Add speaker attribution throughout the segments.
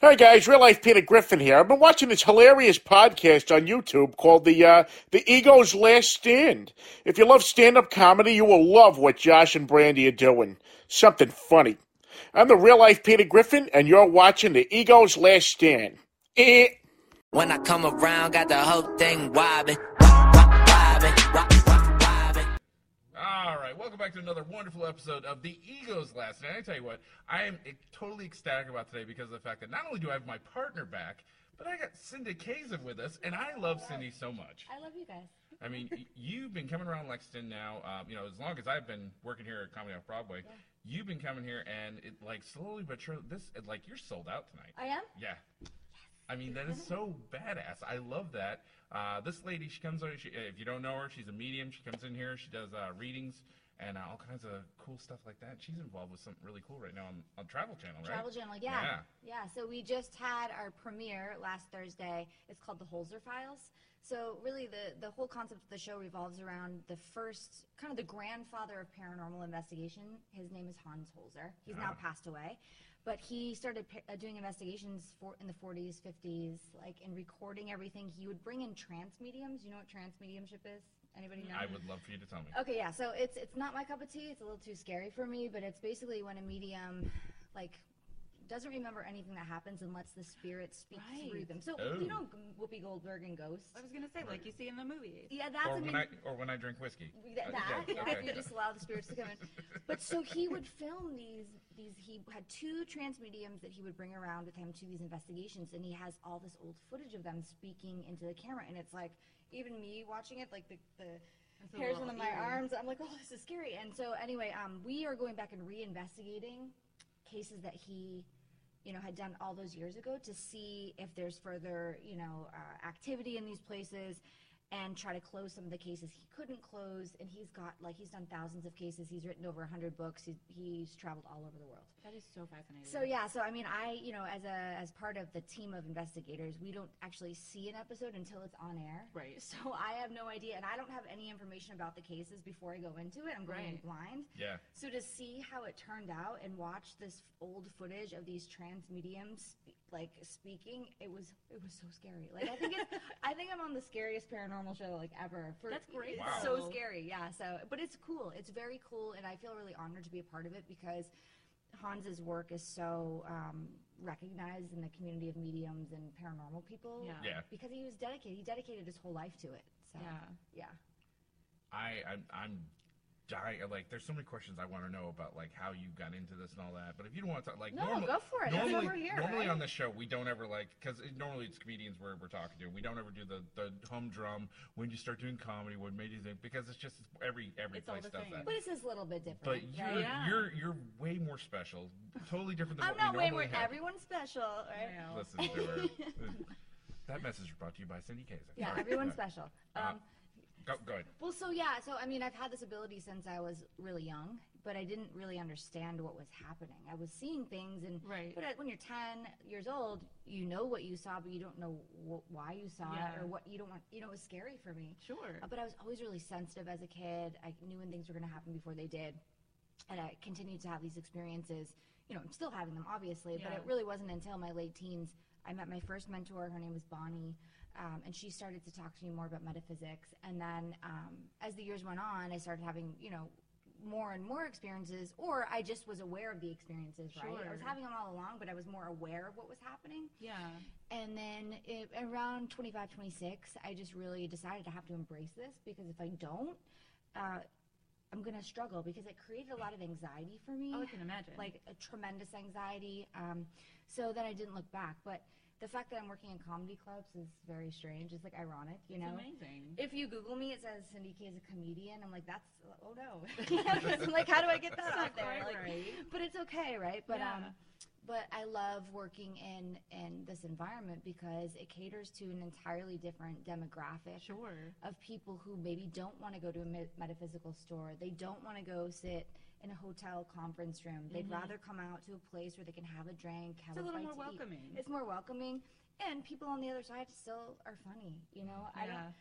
Speaker 1: Hi guys, real life Peter Griffin here. I've been watching this hilarious podcast on YouTube called the uh, the Ego's Last Stand. If you love stand up comedy, you will love what Josh and Brandy are doing. Something funny. I'm the real life Peter Griffin, and you're watching the Ego's Last Stand. Eh.
Speaker 2: When I come around, got the whole thing wobbin', wob, wob, wobbin', wob, wob, wobbin'.
Speaker 3: All right, welcome back to another wonderful episode of The Ego's Last. And I tell you what, I am e- totally ecstatic about today because of the fact that not only do I have my partner back, but I got Cindy Kazen with us, and I love Cindy so much.
Speaker 4: I love you guys.
Speaker 3: I mean, y- you've been coming around Lexington now, um, you know, as long as I've been working here at Comedy Off Broadway, you've been coming here, and it like slowly but surely, this it, like you're sold out tonight.
Speaker 4: I am?
Speaker 3: Yeah. I mean, that is so badass. I love that. Uh, this lady, she comes over, she, if you don't know her, she's a medium. She comes in here, she does uh, readings and uh, all kinds of cool stuff like that. She's involved with something really cool right now on, on Travel Channel, right?
Speaker 4: Travel Journal, yeah. yeah. so we just had our premiere last Thursday. It's called The Holzer Files. So really the, the whole concept of the show revolves around the first, kind of the grandfather of paranormal investigation. His name is Hans Holzer. He's now
Speaker 3: Ah.
Speaker 4: passed away. But he started pa- uh, doing investigations for in the 40s, 50s, like, and recording everything. He would bring in trance mediums. You know what trance mediumship is? Anybody know?
Speaker 3: Mm, I would love for you to tell me.
Speaker 4: Okay, yeah. So it's it's not my cup of tea. It's a little too scary for me, but it's basically when a medium like doesn't remember anything that happens and lets the spirit speak through
Speaker 5: Right.
Speaker 4: them. So
Speaker 3: Oh.
Speaker 4: you know Whoopi Goldberg and Ghosts.
Speaker 5: I was gonna say, like you see in the movies.
Speaker 4: Yeah, that's
Speaker 3: Or
Speaker 4: a
Speaker 3: when,
Speaker 4: good
Speaker 3: I, or when I drink whiskey.
Speaker 4: we- that,
Speaker 3: Okay,
Speaker 4: that
Speaker 3: yeah,
Speaker 4: if
Speaker 3: okay.
Speaker 4: you just allow the spirits to come in. But so he would film these these he had two trans mediums that he would bring around with him to these investigations and he has all this old footage of them speaking into the camera and it's like even me watching it like the, the
Speaker 5: a
Speaker 4: hairs
Speaker 5: little
Speaker 4: on my
Speaker 5: eerie.
Speaker 4: arms I'm like oh this is scary and so anyway um we are going back and reinvestigating cases that he you know had done all those years ago to see if there's further you know uh, activity in these places and try to close some of the cases he couldn't close and he's got like he's done thousands of cases he's written over 100 books he's, he's traveled all over the world
Speaker 5: That is so fascinating.
Speaker 4: so yeah so i mean i you know as a as part of the team of investigators we don't actually see an episode until it's on air
Speaker 5: Right.
Speaker 4: so i have no idea and i don't have any information about the cases before i go into it i'm going in
Speaker 5: Right.
Speaker 4: blind
Speaker 3: Yeah.
Speaker 4: so to see how it turned out and watch this old footage of these trans mediums spe- like speaking, it was it was so scary. Like I think it's, I think I'm on the scariest paranormal show like ever. For,
Speaker 5: That's great,
Speaker 4: It's
Speaker 5: though.
Speaker 4: so scary. Yeah. So, but it's cool. It's very cool, and I feel really honored to be a part of it because Hans's work is so um, recognized in the community of mediums and paranormal people.
Speaker 5: Yeah.
Speaker 3: Yeah.
Speaker 4: Because he was dedicated. He dedicated his whole life to it. So,
Speaker 5: Yeah.
Speaker 4: yeah.
Speaker 3: I I'm, I'm dying. Like, there's so many questions I want to know about, like how you got into this and all that. But if you don't want to, like,
Speaker 4: No,
Speaker 3: normal-
Speaker 4: go for it. That's
Speaker 3: Normally,
Speaker 4: why we're here,
Speaker 3: normally
Speaker 4: right?
Speaker 3: on this show, we don't ever like because it, normally it's comedians we're, we're talking to. We don't ever do the the humdrum when you start doing comedy. What made you think? Because it's just every every
Speaker 5: It's all
Speaker 3: place
Speaker 5: the
Speaker 3: does
Speaker 5: same.
Speaker 3: that.
Speaker 4: But it's just a little bit different.
Speaker 3: But
Speaker 4: right?
Speaker 3: you're
Speaker 5: Yeah.
Speaker 3: you're you're way more special. Totally different than
Speaker 4: I'm
Speaker 3: what
Speaker 4: not
Speaker 3: we
Speaker 4: way more.
Speaker 3: normally have.
Speaker 4: Everyone's special, right?
Speaker 5: Wow.
Speaker 3: Listen to her. that message was brought to you by Cindy Kazen.
Speaker 4: Yeah,
Speaker 3: All right,
Speaker 4: everyone's
Speaker 3: uh,
Speaker 4: special.
Speaker 3: Uh,
Speaker 4: Um,
Speaker 3: Go, go ahead.
Speaker 4: well, so yeah, so I mean, I've had this ability since I was really young, but I didn't really understand what was happening. I was seeing things, and
Speaker 5: Right.
Speaker 4: but at, when you're 10 years old, you know what you saw, but you don't know wh- why you saw
Speaker 5: Yeah.
Speaker 4: it or what you don't want. You know, it was scary for me.
Speaker 5: Sure.
Speaker 4: Uh, But I was always really sensitive as a kid. I knew when things were going to happen before they did. And I continued to have these experiences. You know, I'm still having them, obviously, but
Speaker 5: Yeah.
Speaker 4: it really wasn't until my late teens I met my first mentor. Her name was Bonnie. Um, and she started to talk to me more about metaphysics. And then um, as the years went on, I started having, you know, more and more experiences, or I just was aware of the experiences, right? I was
Speaker 5: Sure.
Speaker 4: having them all along, but I was more aware of what was happening.
Speaker 5: Yeah.
Speaker 4: And then it, around 25, 26, I just really decided I have to embrace this because if I don't, uh, I'm going to struggle because it created a lot of anxiety for me,
Speaker 5: Oh, I can imagine.
Speaker 4: like a tremendous anxiety. Um, so then I didn't look back. But the fact that I'm working in comedy clubs is very strange. It's like ironic, you
Speaker 5: it's
Speaker 4: know?
Speaker 5: amazing.
Speaker 4: If you Google me, it says Cindy K is a comedian. I'm like, that's, oh no. It's like, how do I get that
Speaker 5: It's
Speaker 4: out
Speaker 5: not
Speaker 4: there?
Speaker 5: quite
Speaker 4: Like,
Speaker 5: right.
Speaker 4: but it's okay, right? But um,
Speaker 5: Yeah.
Speaker 4: but I love working in in this environment because it caters to an entirely different demographic
Speaker 5: Sure.
Speaker 4: of people who maybe don't want to go to a me- metaphysical store. They don't want to go sit in a hotel conference room. They'd rather come out to a place where they can have a drink, have
Speaker 5: Mm-hmm. It's a little
Speaker 4: bite
Speaker 5: more
Speaker 4: to eat.
Speaker 5: welcoming.
Speaker 4: It's more welcoming, and people on the other side still are funny. You know, I don't.
Speaker 5: yeah.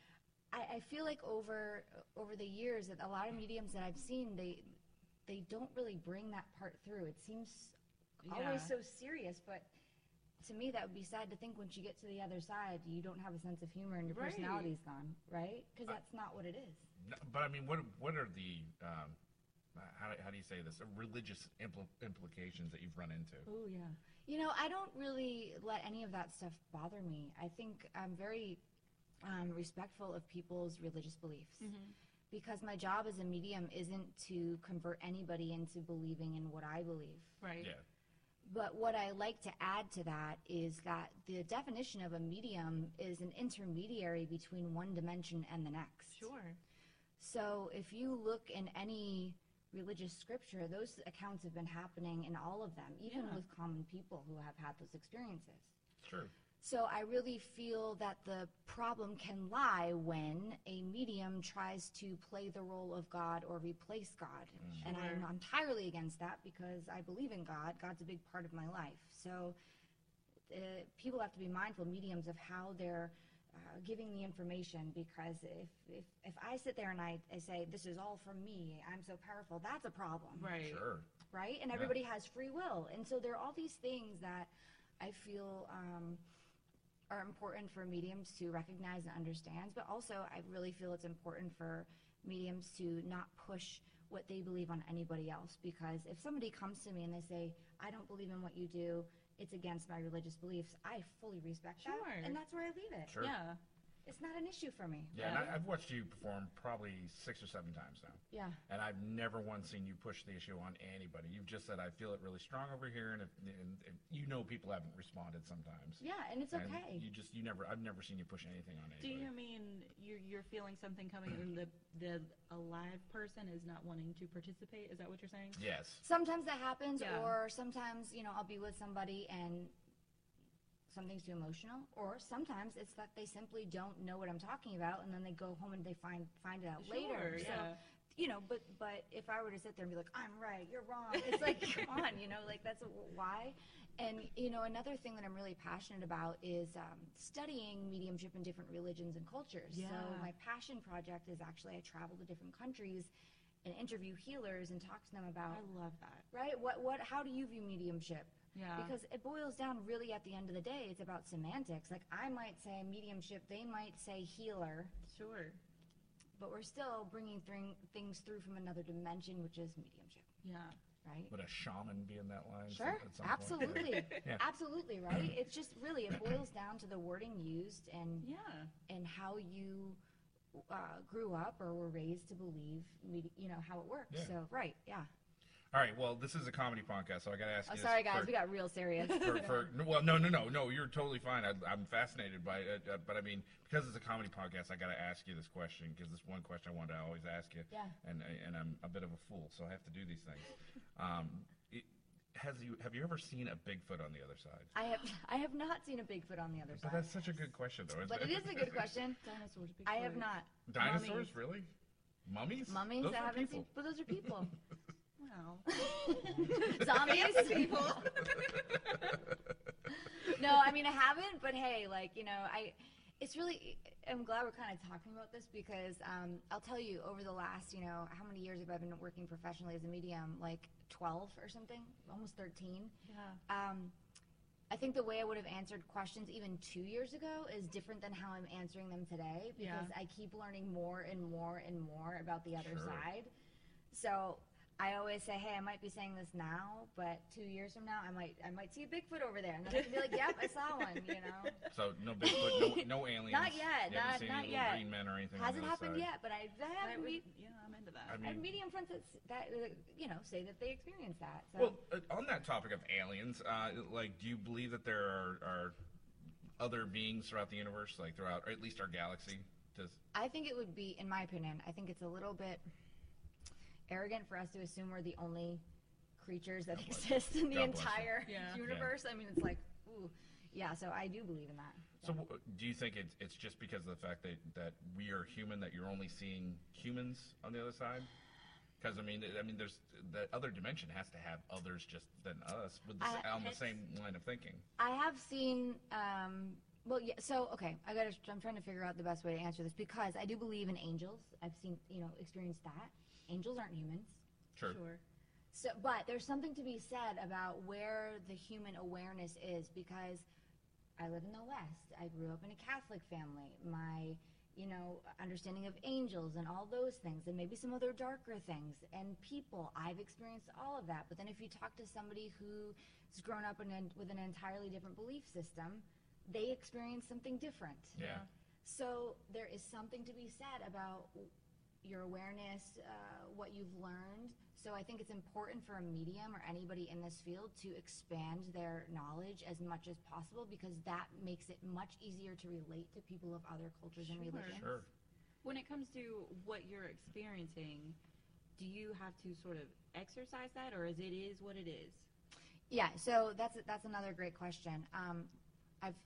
Speaker 4: I, I feel like over over the years that a lot of mediums that I've seen they they don't really bring that part through. It seems always
Speaker 5: Yeah.
Speaker 4: so serious, but to me, that would be sad to think once you get to the other side, you don't have a sense of humor and your
Speaker 5: Right.
Speaker 4: personality's gone, right? Because that's not what it is.
Speaker 3: No, But I mean, what what are the um, uh, how, do- how do you say this? Uh, Religious impl- implications that you've run into?
Speaker 4: Oh yeah. You know, I don't really let any of that stuff bother me. I think I'm very um, respectful of people's religious beliefs
Speaker 5: Mm-hmm.
Speaker 4: because my job as a medium isn't to convert anybody into believing in what I believe.
Speaker 5: Right.
Speaker 3: Yeah,
Speaker 4: But what I like to add to that is that the definition of a medium is an intermediary between one dimension and the next.
Speaker 5: Sure.
Speaker 3: Mm-hmm.
Speaker 4: So if you look in any religious scripture, those accounts have been happening in all of them, even
Speaker 5: Yeah.
Speaker 4: with common people who have had those experiences.
Speaker 3: it's true.
Speaker 4: So I really feel that the problem can lie when a medium tries to play the role of God or replace God. And I'm
Speaker 5: Sure.
Speaker 4: entirely against that because I believe in God. God's a big part of my life. So uh, people have to be mindful, mediums, of how they're uh, giving the information because if, if, if I sit there and I, I say, this is all from me, I'm so powerful, that's a problem
Speaker 5: Right.
Speaker 3: Sure.
Speaker 4: right? And everybody has free will. And so there are all these things that I feel um, are important for mediums to recognize and understand. But also, I really feel it's important for mediums to not push what they believe on anybody else. Because if somebody comes to me and they say, I don't believe in what you do, it's against my religious beliefs, I fully respect
Speaker 5: Sure.
Speaker 4: that. And that's where I leave it.
Speaker 3: Sure.
Speaker 5: Yeah.
Speaker 4: It's not an issue for me.
Speaker 3: Yeah, and I, I've watched you perform probably six or seven times now.
Speaker 4: Yeah.
Speaker 3: And I've never once seen you push the issue on anybody. You've just said, I feel it really strong over here, and, if, and, and you know people haven't responded sometimes.
Speaker 4: Yeah, and it's
Speaker 3: And
Speaker 4: okay.
Speaker 3: You just, you never, I've never seen you push anything on
Speaker 5: Do
Speaker 3: anybody.
Speaker 5: you mean you're, you're feeling something coming and the, the alive person is not wanting to participate? Is that what you're saying?
Speaker 3: Yes.
Speaker 4: Sometimes that happens,
Speaker 5: Yeah.
Speaker 4: or sometimes, you know, I'll be with somebody and something's too emotional, or sometimes it's that they simply don't know what I'm talking about, and then they go home and they find find it out later.
Speaker 5: Sure, yeah.
Speaker 4: So, you know, but but if I were to sit there and be like, I'm right, you're wrong, it's like, come on, you know, like that's why. And you know, another thing that I'm really passionate about is um, studying mediumship in different religions and cultures. So
Speaker 5: Yeah.
Speaker 4: my passion project is actually I travel to different countries and interview healers and talk to them about
Speaker 5: I love that.
Speaker 4: right? What what how do you view mediumship?
Speaker 5: Yeah.
Speaker 4: Because it boils down really at the end of the day, it's about semantics. Like I might say mediumship, they might say healer,
Speaker 5: Sure.
Speaker 4: but we're still bringing thring things through from another dimension, which is mediumship,
Speaker 5: Yeah.
Speaker 4: right?
Speaker 3: Would a shaman be in that line?
Speaker 4: Sure,
Speaker 3: at some point?
Speaker 4: absolutely,
Speaker 3: Yeah.
Speaker 4: absolutely, right? It's just really it boils down to the wording used and
Speaker 5: Yeah.
Speaker 4: and how you uh, grew up or were raised to believe, medi- you know, how it works.
Speaker 3: Yeah.
Speaker 4: So right, yeah.
Speaker 3: All right, well, this is a comedy podcast, so I got to ask
Speaker 4: Oh,
Speaker 3: you. this
Speaker 4: sorry guys,
Speaker 3: for-
Speaker 4: we got real serious.
Speaker 3: for, for no, well, no, no, no, no. You're totally fine. I, I'm fascinated by it, uh, but I mean, because it's a comedy podcast, I got to ask you this question because this one question I wanted to always ask you.
Speaker 4: Yeah.
Speaker 3: And I- and I'm a bit of a fool, so I have to do these things. Um, it, has you have you ever seen a Bigfoot on the other side?
Speaker 4: I have I have not seen a Bigfoot on the other
Speaker 3: But
Speaker 4: side.
Speaker 3: that's such a good question, though.
Speaker 4: But it is a good question.
Speaker 5: Dinosaurs. Bigfoot.
Speaker 4: I have not.
Speaker 3: Dinosaurs, really? Mummies?
Speaker 4: Mummies,
Speaker 3: Those
Speaker 4: I
Speaker 3: are
Speaker 4: haven't
Speaker 3: people.
Speaker 4: seen, but those are people.
Speaker 5: Wow.
Speaker 4: Zombies, people. no, I mean I haven't, but hey, like you know, I. It's really. I'm glad we're kind of talking about this because um, I'll tell you, over the last, you know, how many years have I been working professionally as a medium? Like 12 or something, almost 13.
Speaker 5: Yeah.
Speaker 4: Um, I think the way I would have answered questions even two years ago is different than how I'm answering them today because I keep learning more and more and more about the other
Speaker 3: Sure.
Speaker 4: side. So I always say, "Hey, I might be saying this now, but two years from now, I might I might see a Bigfoot over there," and then I can be like, "Yep, I saw one." You know,
Speaker 3: So no Bigfoot, no, no aliens.
Speaker 4: Not yet,
Speaker 3: You haven't seen
Speaker 4: not- not
Speaker 3: any little
Speaker 4: yet.
Speaker 3: Green men or anything. on the
Speaker 4: hasn't
Speaker 3: other
Speaker 4: happened
Speaker 3: side?
Speaker 4: yet, but I
Speaker 5: That
Speaker 4: have,
Speaker 5: would-
Speaker 4: me-
Speaker 5: yeah, I'm into
Speaker 3: I
Speaker 5: that.
Speaker 4: I have
Speaker 3: mean-
Speaker 4: medium friends that, s- that uh, you know say that they experience that. So.
Speaker 3: Well, uh, on that topic of aliens, uh, like, do you believe that there are, are other beings throughout the universe, like throughout, or at least our galaxy? Does
Speaker 4: I think it would be, in my opinion, I think it's a little bit arrogant for us to assume we're the only creatures that
Speaker 3: bless
Speaker 4: exist in the
Speaker 3: God bless you.
Speaker 4: entire
Speaker 5: Yeah.
Speaker 4: universe. I mean, it's like, ooh, yeah. So I do believe in that.
Speaker 3: so? w- Do you think it's it's just because of the fact that that we are human that you're only seeing humans on the other side? Because I mean, I mean, there's that other dimension has to have others just than us, with the, s
Speaker 4: Uh,
Speaker 3: on the
Speaker 4: it's-
Speaker 3: same line of thinking.
Speaker 4: I have seen. Um, well, yeah. So okay, I got. to I'm trying to figure out the best way to answer this because I do believe in angels. I've seen, you know, experienced that. Angels aren't humans.
Speaker 3: Sure.
Speaker 5: Sure.
Speaker 4: So, but there's something to be said about where the human awareness is because I live in the West. I grew up in a Catholic family. My, you know, understanding of angels and all those things, and maybe some other darker things and people. I've experienced all of that. But then if you talk to somebody who's grown up in an, with an entirely different belief system, they experience something different.
Speaker 3: Yeah.
Speaker 4: So there is something to be said about your awareness, uh, what you've learned. So I think it's important for a medium or anybody in this field to expand their knowledge as much as possible because that makes it much easier to relate to people of other cultures and
Speaker 5: Sure.
Speaker 4: religions.
Speaker 3: Sure.
Speaker 5: When it comes to what you're experiencing, do you have to sort of exercise that, or is it is what it is?
Speaker 4: Yeah, so that's that's another great question. Um, I've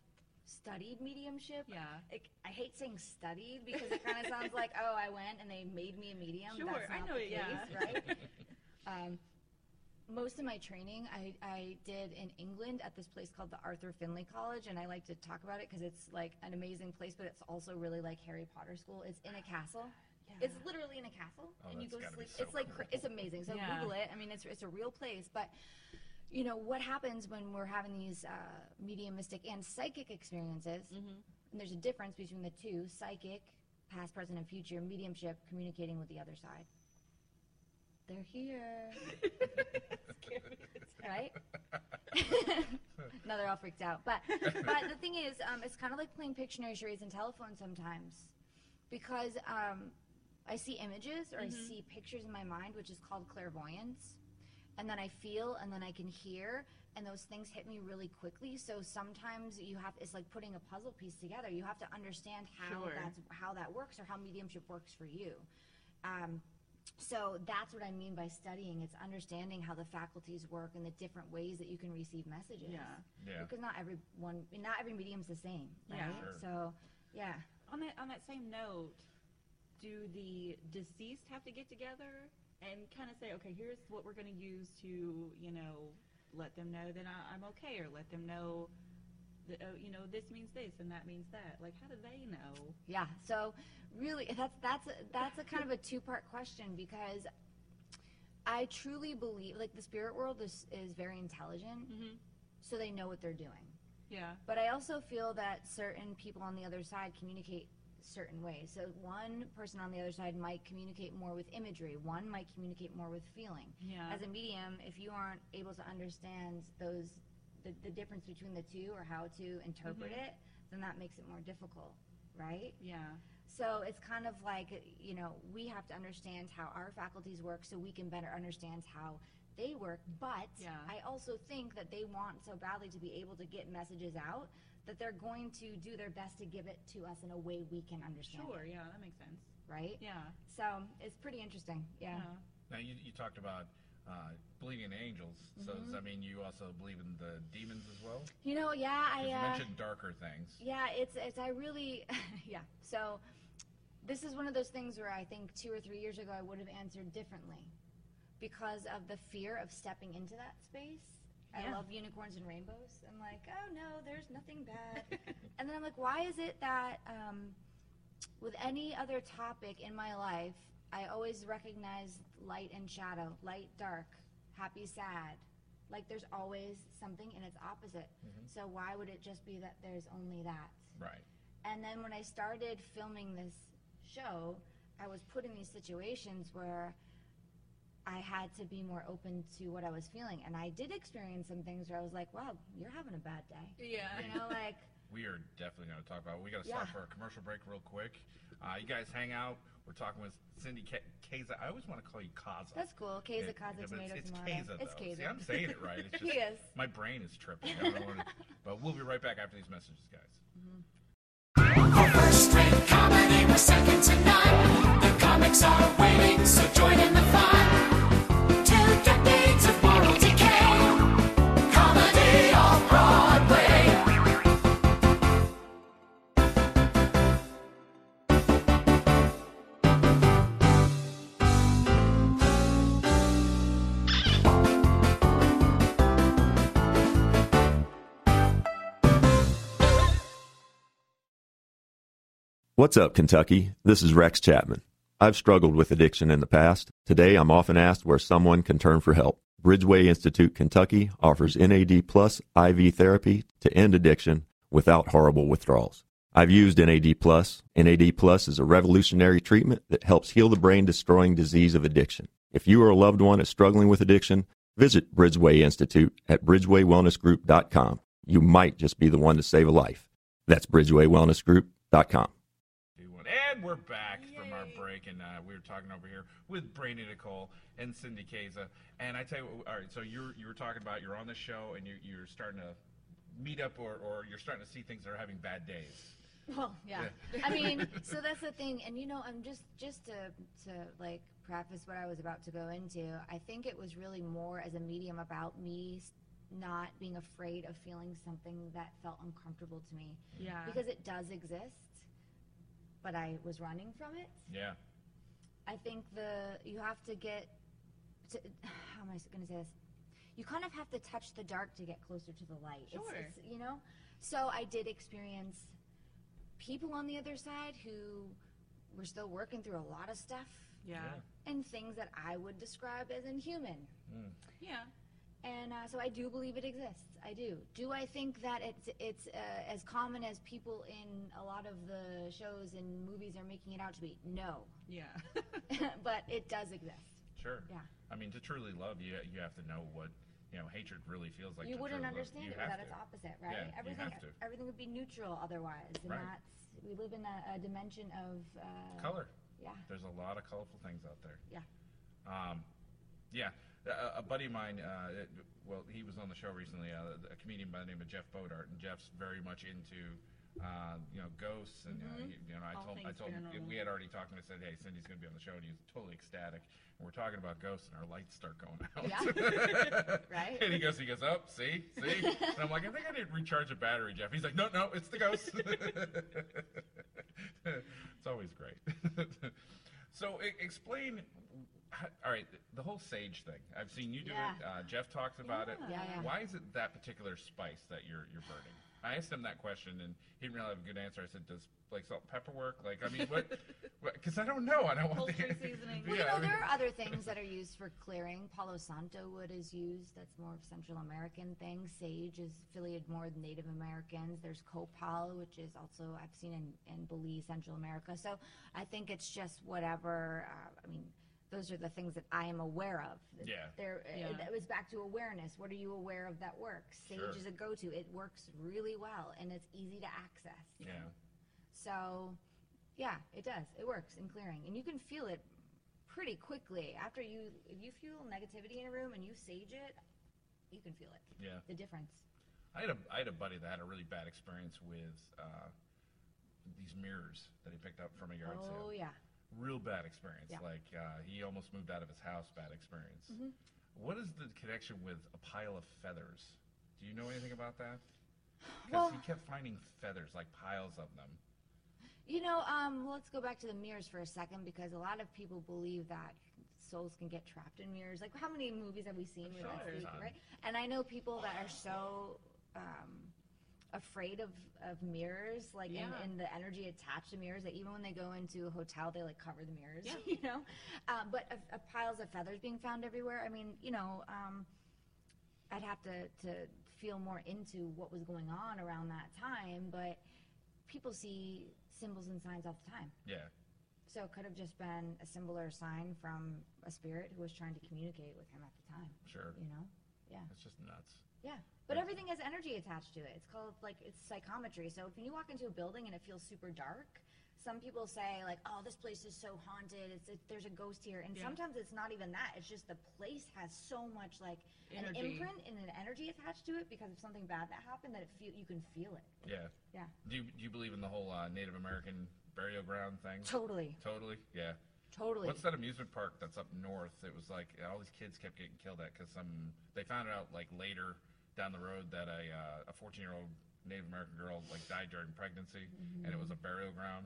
Speaker 4: studied mediumship.
Speaker 5: Yeah.
Speaker 4: Like, I hate saying studied because it kind of sounds like, oh, I went and they made me a medium.
Speaker 5: Sure,
Speaker 4: That's
Speaker 5: I
Speaker 4: not
Speaker 5: know
Speaker 4: the
Speaker 5: it, yeah.
Speaker 4: case, right? um, most of my training I, I did in England at this place called the Arthur Finley College, and I like to talk about it because it's like an amazing place, but it's also really like Harry Potter school. It's in a castle. It's literally in a castle,
Speaker 3: Oh,
Speaker 4: and you
Speaker 3: that's
Speaker 4: go to
Speaker 3: gotta be
Speaker 4: sleep.
Speaker 3: so
Speaker 4: it's like cra
Speaker 3: cool.
Speaker 4: it's amazing. So
Speaker 5: Yeah.
Speaker 4: Google it. I mean, it's it's a real place, but you know what happens when we're having these uh, mediumistic and psychic experiences?
Speaker 5: Mhm.
Speaker 4: And there's a difference between the two: psychic, past, present, and future. Mediumship, communicating with the other side. They're here, right? now they're all freaked out. But but the thing is, um, it's kind of like playing Pictionary charades and telephone sometimes, because um, I see images or I see pictures in my mind, which is called clairvoyance, and then I feel and then I can hear, and those things hit me really quickly. So sometimes you have it's like putting a puzzle piece together. You have to understand how
Speaker 5: Sure.
Speaker 4: that's how that works or how mediumship works for you. Um, so that's what I mean by studying. It's understanding how the faculties work and the different ways that you can receive messages.
Speaker 5: Yeah.
Speaker 3: Yeah.
Speaker 4: Because not everyone, not every medium's the same, right?
Speaker 5: Yeah.
Speaker 3: Sure.
Speaker 4: So, yeah.
Speaker 5: On that on that same note, do the deceased have to get together and kind of say, okay, here's what we're going to use to, you know, let them know that I, I'm okay, or let them know that, oh, you know, this means this and that means that. Like, how do they know?
Speaker 4: Yeah. So, really, that's that's a, that's a kind of a two-part question because I truly believe like the spirit world is is very intelligent,
Speaker 5: Mhm.
Speaker 4: so they know what they're doing.
Speaker 5: Yeah.
Speaker 4: But I also feel that certain people on the other side communicate certain ways. So one person on the other side might communicate more with imagery. One might communicate more with feeling.
Speaker 5: Yeah.
Speaker 4: as a medium if you aren't able to understand those the, the difference between the two or how to interpret it then that makes it more difficult right
Speaker 5: yeah.
Speaker 4: so it's kind of like you know we have to understand how our faculties work so we can better understand how they work but
Speaker 5: Yeah.
Speaker 4: i also think that they want so badly to be able to get messages out that they're going to do their best to give it to us in a way we can understand it,
Speaker 5: Sure. Yeah, that makes sense.
Speaker 4: right
Speaker 5: Yeah.
Speaker 4: so it's pretty interesting yeah,
Speaker 3: Now you, you talked about uh, believing in angels. So does that mean you also believe in the demons as well?
Speaker 4: you know yeah i
Speaker 3: 'Cause you
Speaker 4: uh,
Speaker 3: mentioned darker things.
Speaker 4: Yeah, it's it's I really yeah. So this is one of those things where I think 2 or 3 years ago I would have answered differently because of the fear of stepping into that space. I
Speaker 5: Yeah.
Speaker 4: love unicorns and rainbows. I'm like, "Oh no, there's nothing bad." and then I'm like, "Why is it that um, with any other topic in my life, I always recognize light and shadow, light, dark, happy, sad. Like there's always something in its opposite. So why would it just be that there's only that?
Speaker 3: Right.
Speaker 4: And then when I started filming this show, I was put in these situations where I had to be more open to what I was feeling. And I did experience some things where I was like, wow, you're having a bad day.
Speaker 5: Yeah.
Speaker 4: You know, like,
Speaker 3: We are definitely going to talk about. It. We got to stop
Speaker 4: Yeah.
Speaker 3: for a commercial break real quick. Uh, you guys hang out. We're talking with Cindy K- Kaza. I always want to call you Kaza.
Speaker 4: that's cool. Keza,
Speaker 3: It-
Speaker 4: Kaza,
Speaker 3: but
Speaker 4: tomato,
Speaker 3: it's, it's
Speaker 4: tomato.
Speaker 3: Kaza,
Speaker 4: it's
Speaker 3: though.
Speaker 4: Keza.
Speaker 3: See, I'm saying it right. It's just,
Speaker 4: He is.
Speaker 3: My brain is tripping. I don't know what it- but we'll be right back after these messages, guys.
Speaker 6: First-rate comedy was second to none. The comics are waiting, so join in the fun. Two decades of moral decay. Comedy on Broadway.
Speaker 7: What's up, Kentucky? This is Rex Chapman. I've struggled with addiction in the past. Today, I'm often asked where someone can turn for help. Bridgeway Institute Kentucky offers NAD plus IV therapy to end addiction without horrible withdrawals. I've used NAD plus. NAD plus is a revolutionary treatment that helps heal the brain destroying disease of addiction. If you or a loved one is struggling with addiction, visit Bridgeway Institute at bridgewaywellnessgroup.com. You might just be the one to save a life. That's bridgewaywellnessgroup.com.
Speaker 3: Do one. And we're back from our break, and uh, we were talking over here with Brady Nicole and Cindy Kaza. And I tell you, what, all right. So you're you were talking about you're on the show, and you, you're starting to meet up, or, or you're starting to see things that are having bad days.
Speaker 4: Well, yeah. I mean, so that's the thing, and you know, I'm just just to to like preface what I was about to go into. I think it was really more as a medium about me s- not being afraid of feeling something that felt uncomfortable to me
Speaker 5: Yeah.
Speaker 4: because it does exist, but I was running from it.
Speaker 3: Yeah.
Speaker 4: I think the you have to get to, how am I going to say this? You kind of have to touch the dark to get closer to the light. It's-
Speaker 5: Sure.
Speaker 4: It's, you know. So I did experience people on the other side who were still working through a lot of stuff
Speaker 5: yeah.
Speaker 4: and things that I would describe as inhuman.
Speaker 5: Yeah.
Speaker 4: And uh, so I do believe it exists. I do. Do I think that it's it's uh, as common as people in a lot of the shows and movies are making it out to be? No,
Speaker 5: Yeah.
Speaker 4: but it does exist.
Speaker 3: Sure.
Speaker 4: Yeah.
Speaker 3: I mean, to truly love, you you have to know what you know hatred really feels like.
Speaker 4: you
Speaker 3: to
Speaker 4: wouldn't
Speaker 3: truly love.
Speaker 4: understand
Speaker 3: You
Speaker 4: it
Speaker 3: have
Speaker 4: without
Speaker 3: to.
Speaker 4: its opposite, right?
Speaker 3: you
Speaker 4: everything,
Speaker 3: have to.
Speaker 4: everything would be neutral otherwise, and
Speaker 3: Right.
Speaker 4: that's we live in a, a dimension of uh,
Speaker 3: Color.
Speaker 4: Yeah,
Speaker 3: There's a lot of colorful things out there.
Speaker 4: yeah.
Speaker 3: Um, yeah, a, a buddy of mine. Uh, it- well, he was on the show recently. Uh, a comedian by the name of Jeff Bodart, and Jeff's very much into. Uh, you know ghosts and uh, you, you know I
Speaker 5: Mm-hmm. All
Speaker 3: told I
Speaker 5: things
Speaker 3: told him
Speaker 5: paranormal.
Speaker 3: we had already talked and I said hey Cindy's gonna be on the show and he was totally ecstatic and we're talking about ghosts and our lights start going out
Speaker 4: Right.
Speaker 3: and he goes he goes oh see see and I'm like I think I didn't recharge a battery Jeff he's like no no it's the ghosts it's always great. so e explain. h- All right, the whole sage thing. I've seen you do it.
Speaker 4: Yeah.
Speaker 3: Uh, Jeff talks about it.
Speaker 4: Yeah, yeah.
Speaker 3: Why is it that particular spice that you're you're burning? I asked him that question and he didn't really have a good answer. I said, "Does like salt and pepper work? Like, I mean, what? Because I don't know. I don't want
Speaker 5: Poultry
Speaker 3: the
Speaker 5: seasoning.
Speaker 4: Well,
Speaker 3: Yeah,
Speaker 4: you know,
Speaker 3: I mean-
Speaker 4: there are other things that are used for clearing. Palo Santo wood is used. That's more of Central American thing. Sage is affiliated more with Native Americans. There's copal, which is also I've seen in, in Belize, Central America. So I think it's just whatever. Uh, I mean, those are the things that I am aware of.
Speaker 3: Yeah.
Speaker 4: There,
Speaker 5: Yeah.
Speaker 4: it, it was back to awareness. What are you aware of that works? Sage
Speaker 3: Sure.
Speaker 4: is a go-to. It works really well, and it's easy to access.
Speaker 3: yeah,
Speaker 4: So, yeah, it does. It works in clearing, and you can feel it pretty quickly after you. If you feel negativity in a room and you sage it, you can feel it.
Speaker 3: yeah.
Speaker 4: The difference.
Speaker 3: I had a I had a buddy that had a really bad experience with uh, these mirrors that he picked up from a yard sale.
Speaker 4: Oh yeah.
Speaker 3: real bad experience.
Speaker 4: Yeah. Mm-hmm.
Speaker 3: Like uh, he almost moved out of his house. Bad experience. What is the connection with a pile of feathers? Do you know anything about that? Because
Speaker 4: Well-
Speaker 3: he kept finding feathers, like piles of them.
Speaker 4: You know, um, let's go back to the mirrors for a second because a lot of people believe that souls can get trapped in mirrors. Like, how many movies have we seen where that's
Speaker 3: Sure.
Speaker 4: the-
Speaker 3: Ton.
Speaker 4: right? And I know people that are so um, afraid of, of mirrors, like, in
Speaker 5: Yeah.
Speaker 4: and, and the energy attached to mirrors, that even when they go into a hotel, they like cover the mirrors,
Speaker 5: Yeah.
Speaker 4: you know? Uh, but uh, uh, piles of feathers being found everywhere. I mean, you know, um, I'd have to, to feel more into what was going on around that time, but people see symbols and signs all the time.
Speaker 3: Yeah.
Speaker 4: So it could have just been a symbol or a sign from a spirit who was trying to communicate with him at the time.
Speaker 3: Sure.
Speaker 4: You know? Yeah.
Speaker 3: It's just nuts.
Speaker 4: Yeah. But everything has energy attached to it. It's called like it's psychometry. So if you walk into a building and it feels super dark, some people say like, "Oh, this place is so haunted. It's it, there's a ghost here." And
Speaker 5: Yeah.
Speaker 4: sometimes it's not even that. It's just the place has so much like an
Speaker 5: Energy.
Speaker 4: imprint and an energy attached to it because of something bad that happened that it feel you can feel it.
Speaker 3: Yeah.
Speaker 4: Yeah.
Speaker 3: Do you, do you believe in the whole uh, Native American burial ground thing?
Speaker 4: Totally.
Speaker 3: Totally. Yeah.
Speaker 4: Totally.
Speaker 3: What's that amusement park that's up north? It was like all these kids kept getting killed at because some they found out like later down the road that a uh, a 14 year old Native American girl like died during pregnancy, and it was a burial ground.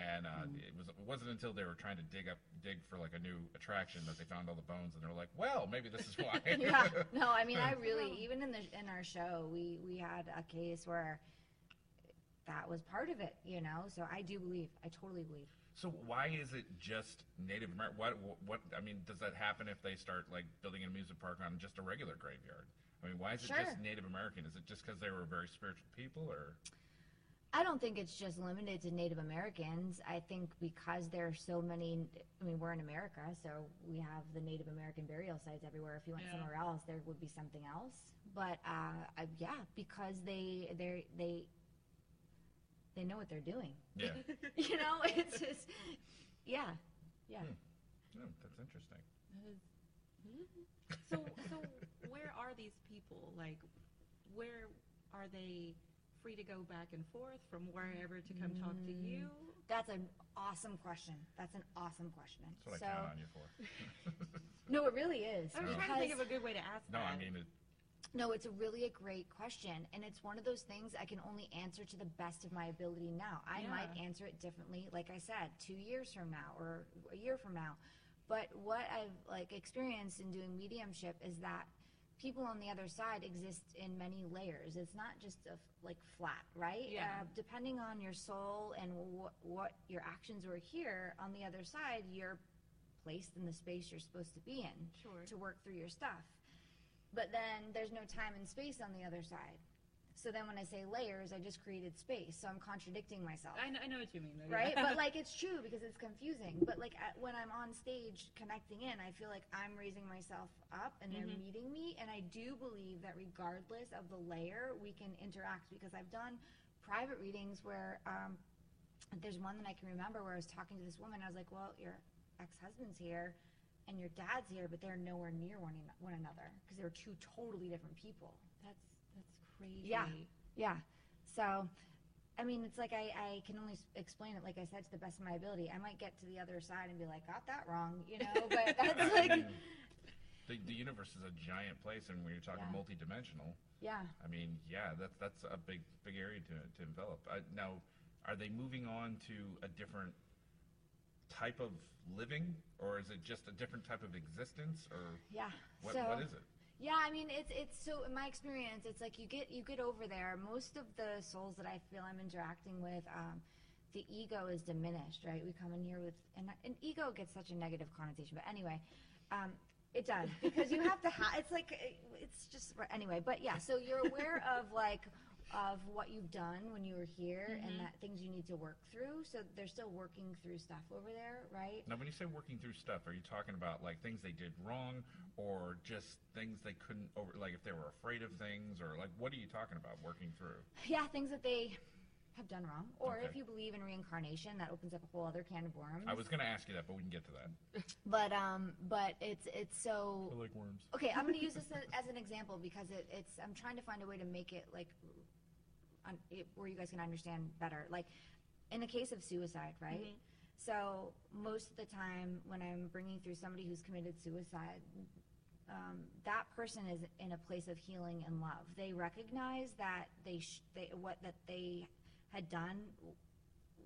Speaker 3: And uh,
Speaker 4: Mm-hmm.
Speaker 3: it was it wasn't until they were trying to dig up dig for like a new attraction that they found all the bones, and they were like, well, maybe this is why.
Speaker 4: yeah. No, I mean, I really even in the in our show, we we had a case where that was part of it, you know? So I do believe, I totally believe.
Speaker 3: So why is it just Native American? What, what? I mean, does that happen if they start like building an amusement park on just a regular graveyard? I mean, why is it
Speaker 4: Sure.
Speaker 3: just Native American? Is it just because they were very spiritual people, or
Speaker 4: I don't think it's just limited to Native Americans. I think because there are so many, I mean, we're in America, so we have the Native American burial sites everywhere. If you went
Speaker 5: Yeah.
Speaker 4: somewhere else, there would be something else. But uh, I, yeah, because they they they they know what they're doing.
Speaker 3: yeah?
Speaker 4: You know, it's just yeah, yeah.
Speaker 3: No, Hmm. Oh, that's interesting.
Speaker 5: So, so where are these people? Like, where are they free to go back and forth from wherever to come talk to you?
Speaker 4: That's an awesome question. That's an awesome question.
Speaker 3: That's what
Speaker 4: so
Speaker 3: I count on you for.
Speaker 4: no, it really is
Speaker 5: I was trying to think of a good way to ask
Speaker 3: No,
Speaker 5: that.
Speaker 3: I mean, it,
Speaker 4: No, it's a really a great question, and it's one of those things I can only answer to the best of my ability now. I might
Speaker 5: Yeah.
Speaker 4: answer it differently, like I said, two years from now or a year from now. But what I've like experienced in doing mediumship is that people on the other side exist in many layers. It's not just a f like flat, right?
Speaker 5: Yeah.
Speaker 4: Uh, depending on your soul and wh- what your actions were here on the other side, you're placed in the space you're supposed to be in
Speaker 5: Sure.
Speaker 4: to work through your stuff. But then there's no time and space on the other side. So then when I say layers, I just created space. So I'm contradicting myself.
Speaker 5: I know, I know what you mean, though.
Speaker 4: Right?
Speaker 5: yeah.
Speaker 4: but like it's true because it's confusing. But like at, when I'm on stage connecting in, I feel like I'm raising myself up and they're meeting me. And I do believe that regardless of the layer, we can interact because I've done private readings where um, there's one that I can remember where I was talking to this woman. I was like, well, your ex husband's here and your dad's here, but they're nowhere near one, an- one another because they were two totally different people.
Speaker 5: that's that's crazy.
Speaker 4: Yeah. Yeah. So, I mean, it's like I, I can only s- explain it, like I said, to the best of my ability. I might get to the other side and be like, got that wrong, you know? But that's like,
Speaker 3: the, the universe is a giant place, and when you're talking
Speaker 4: Yeah.
Speaker 3: multi-dimensional,
Speaker 4: yeah.
Speaker 3: I mean, yeah, that's that's a big big area to to envelop. Uh, now, are they moving on to a different type of living, or is it just a different type of existence, or
Speaker 4: Yeah.
Speaker 3: what,
Speaker 4: so,
Speaker 3: what is it?
Speaker 4: Yeah, I mean it's it's so in my experience, it's like you get you get over there. Most of the souls that I feel I'm interacting with, um, the ego is diminished, right? We come in here with and and ego gets such a negative connotation, but anyway, um, it does because you have to have. It's like uh, it's just anyway, but yeah. So you're aware of like of what you've done when you were here and that things you need to work through. So they're still working through stuff over there, right?
Speaker 3: Now, when you say working through stuff, are you talking about like things they did wrong, or just things they couldn't over, like if they were afraid of things, or like what are you talking about working through?
Speaker 4: yeah, things that they have done wrong. Or if
Speaker 3: Okay.
Speaker 4: you believe in reincarnation, that opens up a whole other can of worms.
Speaker 3: I was going to ask you that, but we can get to that.
Speaker 4: but um, but it's it's so
Speaker 3: like worms.
Speaker 4: okay. I'm gonna use this a- as an example because it, it's I'm trying to find a way to make it like un, it, where you guys can understand better. Like in the case of suicide, right? So most of the time when I'm bringing through somebody who's committed suicide, um, that person is in a place of healing and love. They recognize that they, sh- they what that they had done w-